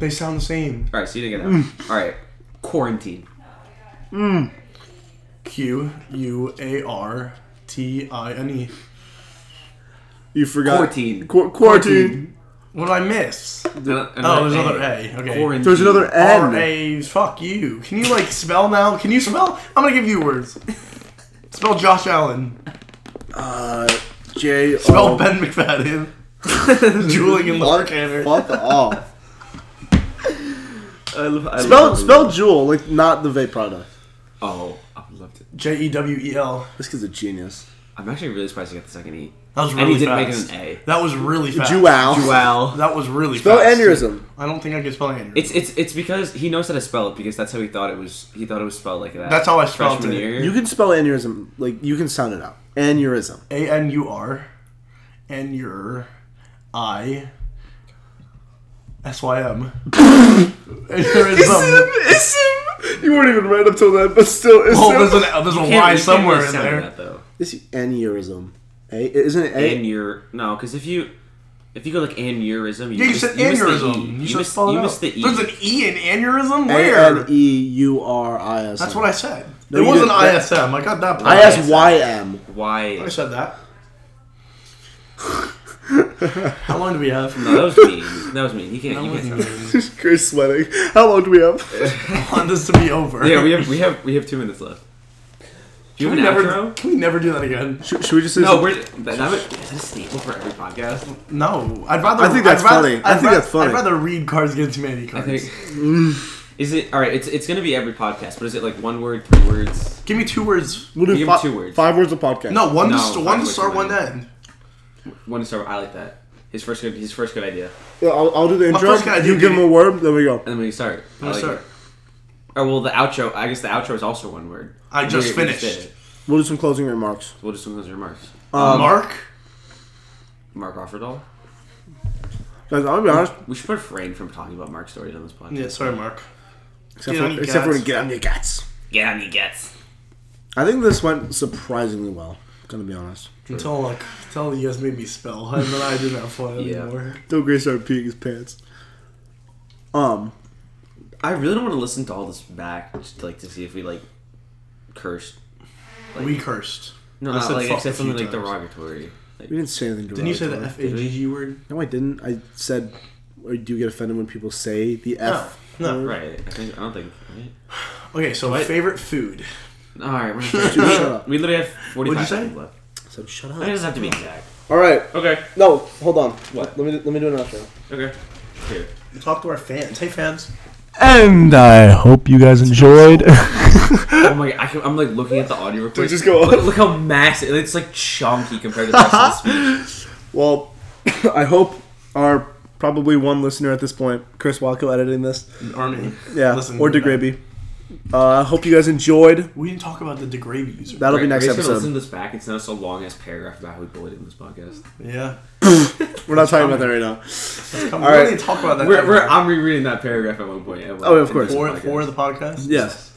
C: They sound the same.
B: All right, so you didn't get that. All right, quarantine.
C: Q U A R T I N E.
A: You forgot.
B: Quartine.
A: Qu- quarantine.
C: What did I miss?
B: oh,
C: there's another A, okay.
B: Quarantine.
A: There's another N.
C: R A. Fuck you. Can you like spell now? Can you spell? I'm gonna give you words. spell Josh Allen.
A: Uh, J.
C: Spell
B: Oh.
A: O-
C: Ben McFadden. [LAUGHS] Julian Larkaner.
A: Fuck off.
B: I love, I
A: Spell
B: love-
A: spell jewel like not the vape product.
B: Oh, I loved it.
C: J E W E L.
A: This kid's a genius.
B: I'm actually really surprised you got the second E.
C: That was
B: and he
C: really
B: didn't
C: fast.
B: make it an
C: That was really fast.
A: Jewel.
B: A. Wow.
C: That was really
A: Spell
C: fast.
A: aneurysm.
C: I don't think I can spell aneurysm.
B: It's it's it's because he knows how to spell it because that's how he thought it was. He thought it was spelled like that.
C: That's how I spelled
B: Freshman
C: it.
B: year.
A: You can spell aneurysm like you can sound it out. Aneurysm.
C: A N U R N U R I S Y M. [LAUGHS] Aneurysm.
A: Ism. You weren't even right up till then, but still. Ism.
C: Oh, there's, an, there's a
B: Can't-
C: Y
B: you can't
C: somewhere
B: really
C: in
B: sound
C: there.
B: That, though.
A: This aneurysm. A isn't it a?
B: And your no, because if you if you go like aneurysm, you
C: Yeah, you
B: miss-
C: said
B: miss the E.
C: aneurysm. You,
B: You
C: should
B: missed
C: spell it
B: you
C: out.
B: missed the E.
C: There's an E in aneurysm?
A: A
C: Where?
A: n e u r i s.
C: That's what I said.
A: No,
C: it
A: you
C: wasn't
A: didn't. That-
C: ISM. I got that part.
A: I asked y m.
C: [LAUGHS]
B: Why?
C: I
B: [LAUGHS]
C: said that. How long do we have?
B: No, that was mean. That was mean. He can't.
C: How
B: You
C: long
B: can't
C: do
B: say
C: we
B: that.
C: have?
A: Grace sweating. How long do we have?
C: [LAUGHS] I want this to be over.
B: Yeah, we have we have we have two minutes left. Do you
C: Can
B: have
C: we
B: an
C: never,
B: outro?
C: Can we never do that again?
A: Should, should we just? Say
B: No,
A: some-
B: we're that, that would, is that a staple for every podcast?
C: No, I'd rather.
A: I think that's
C: I'd rather,
A: funny.
C: I'd
A: I think
C: rather-
A: that's funny.
C: I'd rather read Cards Against Humanity
B: I
C: cards.
B: think. Is it all right? It's it's gonna be every podcast, but is it like one word, three words?
C: Give me two words.
A: we'll do
B: give him
A: fi-
B: two words.
A: Five words of podcast.
C: No, one
B: No,
C: to st-
B: five
C: one to
B: words
C: start,
B: is
C: one
B: fine.
C: to end.
B: One to start. with, I like that. His first good. His first good idea.
A: Yeah, I'll, I'll do the intro.
C: first guy
A: You
C: did
A: give him
C: it.
A: a word. Then we go.
B: And then we start. I
C: Yes,
B: like
C: sir.
B: it. Or well, the outro. I guess the outro is also one word.
C: I just
B: We- we
C: finished.
B: did it.
A: We'll do some closing remarks.
B: We'll just do those remarks.
A: Um,
C: Uh, Mark.
B: Mark Offerdahl.
A: Guys, I'll be honest.
B: We should refrain from talking about Mark's stories on this podcast.
C: Yeah, sorry, Mark.
A: Except,
C: Get on
A: for,
C: your
A: except for
C: guts.
A: when get on your guts.
B: Get on your gets.
A: I think this went surprisingly well. Gonna be honest.
C: Until like, until you guys made me spell, and then I didn't have fun
B: Yeah.
C: anymore.
A: Still, Grace started peeing his pants. Um,
B: I really don't want to listen to all this back, just to, like to see if we like cursed.
C: we cursed.
B: No,
C: I
B: not
C: said
B: like
C: fuck
B: I said
C: a
B: something
C: few
B: like
C: times.
B: derogatory. Like,
A: we didn't say anything.
C: Didn't you say the
A: derogatory.
C: F A G G word?
A: No, I didn't. I said, or do you get offended when people say the F?
C: No,
A: word?
B: right? I think I don't think. Right?
C: Okay, so
B: What?
C: favorite food.
B: All right, we're
A: Dude,
B: gonna
C: [LAUGHS]
A: shut up.
B: we literally have forty-five
C: What'd you say?
B: seconds left.
A: I said, shut
B: I mean,
A: up.
B: it doesn't have to be exact.
A: All right.
B: Okay.
A: No, hold on.
B: What?
A: Let me let me do an outro.
B: Okay. Here.
C: Talk to our fans. Hey, fans.
E: And I hope you guys enjoyed.
B: Oh my! I can, I'm like looking at the audio real quick.
A: just go
B: Look,
A: on.
B: look how massive. It's like chunky compared to the rest of the speech.
A: Well, [LAUGHS] I hope our probably one listener at this point, Chris Walko, editing this.
C: Army.
A: Yeah,
C: Listen
A: or
C: to that.
A: DeGraby. Uh, I hope you guys enjoyed.
C: We didn't talk about the degrade user.
A: That'll be
B: Right,
A: next
B: we're just gonna
A: episode.
B: Listen to this back. It's not so long as paragraph about how we bullied in this podcast.
C: yeah.
A: We're not talking about that right now.
C: Come,
A: All
C: we
A: right.
C: really didn't talk about that.
B: We're, we're, I'm rereading that paragraph at one point.
A: Oh, of course.
C: Uh, for, for the podcast.
A: Yes.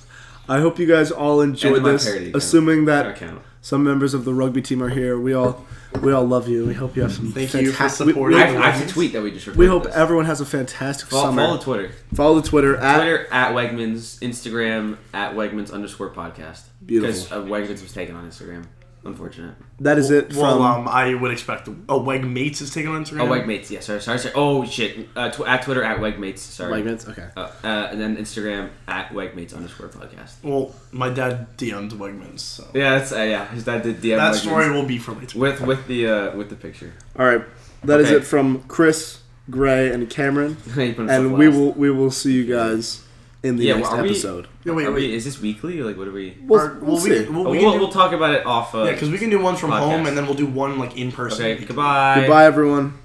A: I hope you guys all enjoyed
B: And my
A: this.
B: parody account.
A: Assuming that
B: account.
A: some members of the rugby team are here, we all we all love you. We hope you have some.
C: Thank you for
A: fantastic- we-
C: supporting
B: I
A: We,
B: have, I have to tweet that we just.
A: we
B: recorded
A: hope
B: this.
A: everyone has a fantastic
B: Follow,
A: summer.
B: follow Twitter.
A: Follow the Twitter at
B: Twitter at Wegmans, Instagram at Wegmans underscore podcast. Because
A: Beautiful.
B: uh, Wegmans was taken on Instagram. Unfortunate.
A: that is it
C: Well,
A: from
C: um, I would expect oh, Weg Mates is taking on Instagram.
B: Oh, Wegmates. Yeah, sorry, sorry, sorry. Oh shit. Uh, tw- at Twitter at Wegmates. Sorry.
A: Wegmans. Okay.
B: Uh, uh, and then Instagram at Wegmates underscore podcast.
C: Well, my dad DM'd Wegmans, so
B: Yeah, that's uh, yeah. His dad did DM
C: that
B: Wegmans.
C: story will be for later.
B: with with the uh, with the picture. [LAUGHS]
A: All right. that is
B: Okay.
A: it from Chris, Gray, and Cameron.
B: He put himself
A: and we
B: last.
A: will we will see you guys in the
B: Yeah,
A: next
B: well, are we-
A: episode.
C: Yeah,
B: Are
C: wait,
B: we-
C: wait.
B: is this weekly? Like, what are we?
A: We'll,
C: Or-
A: we'll
C: well,
A: see.
C: we, well,
B: Oh,
C: we
B: we'll,
C: can do,
B: we'll talk about it off. Uh,
C: yeah, because we can do one from
B: podcast.
C: home, and then we'll do one like in person.
B: okay. Goodbye.
A: Goodbye, everyone.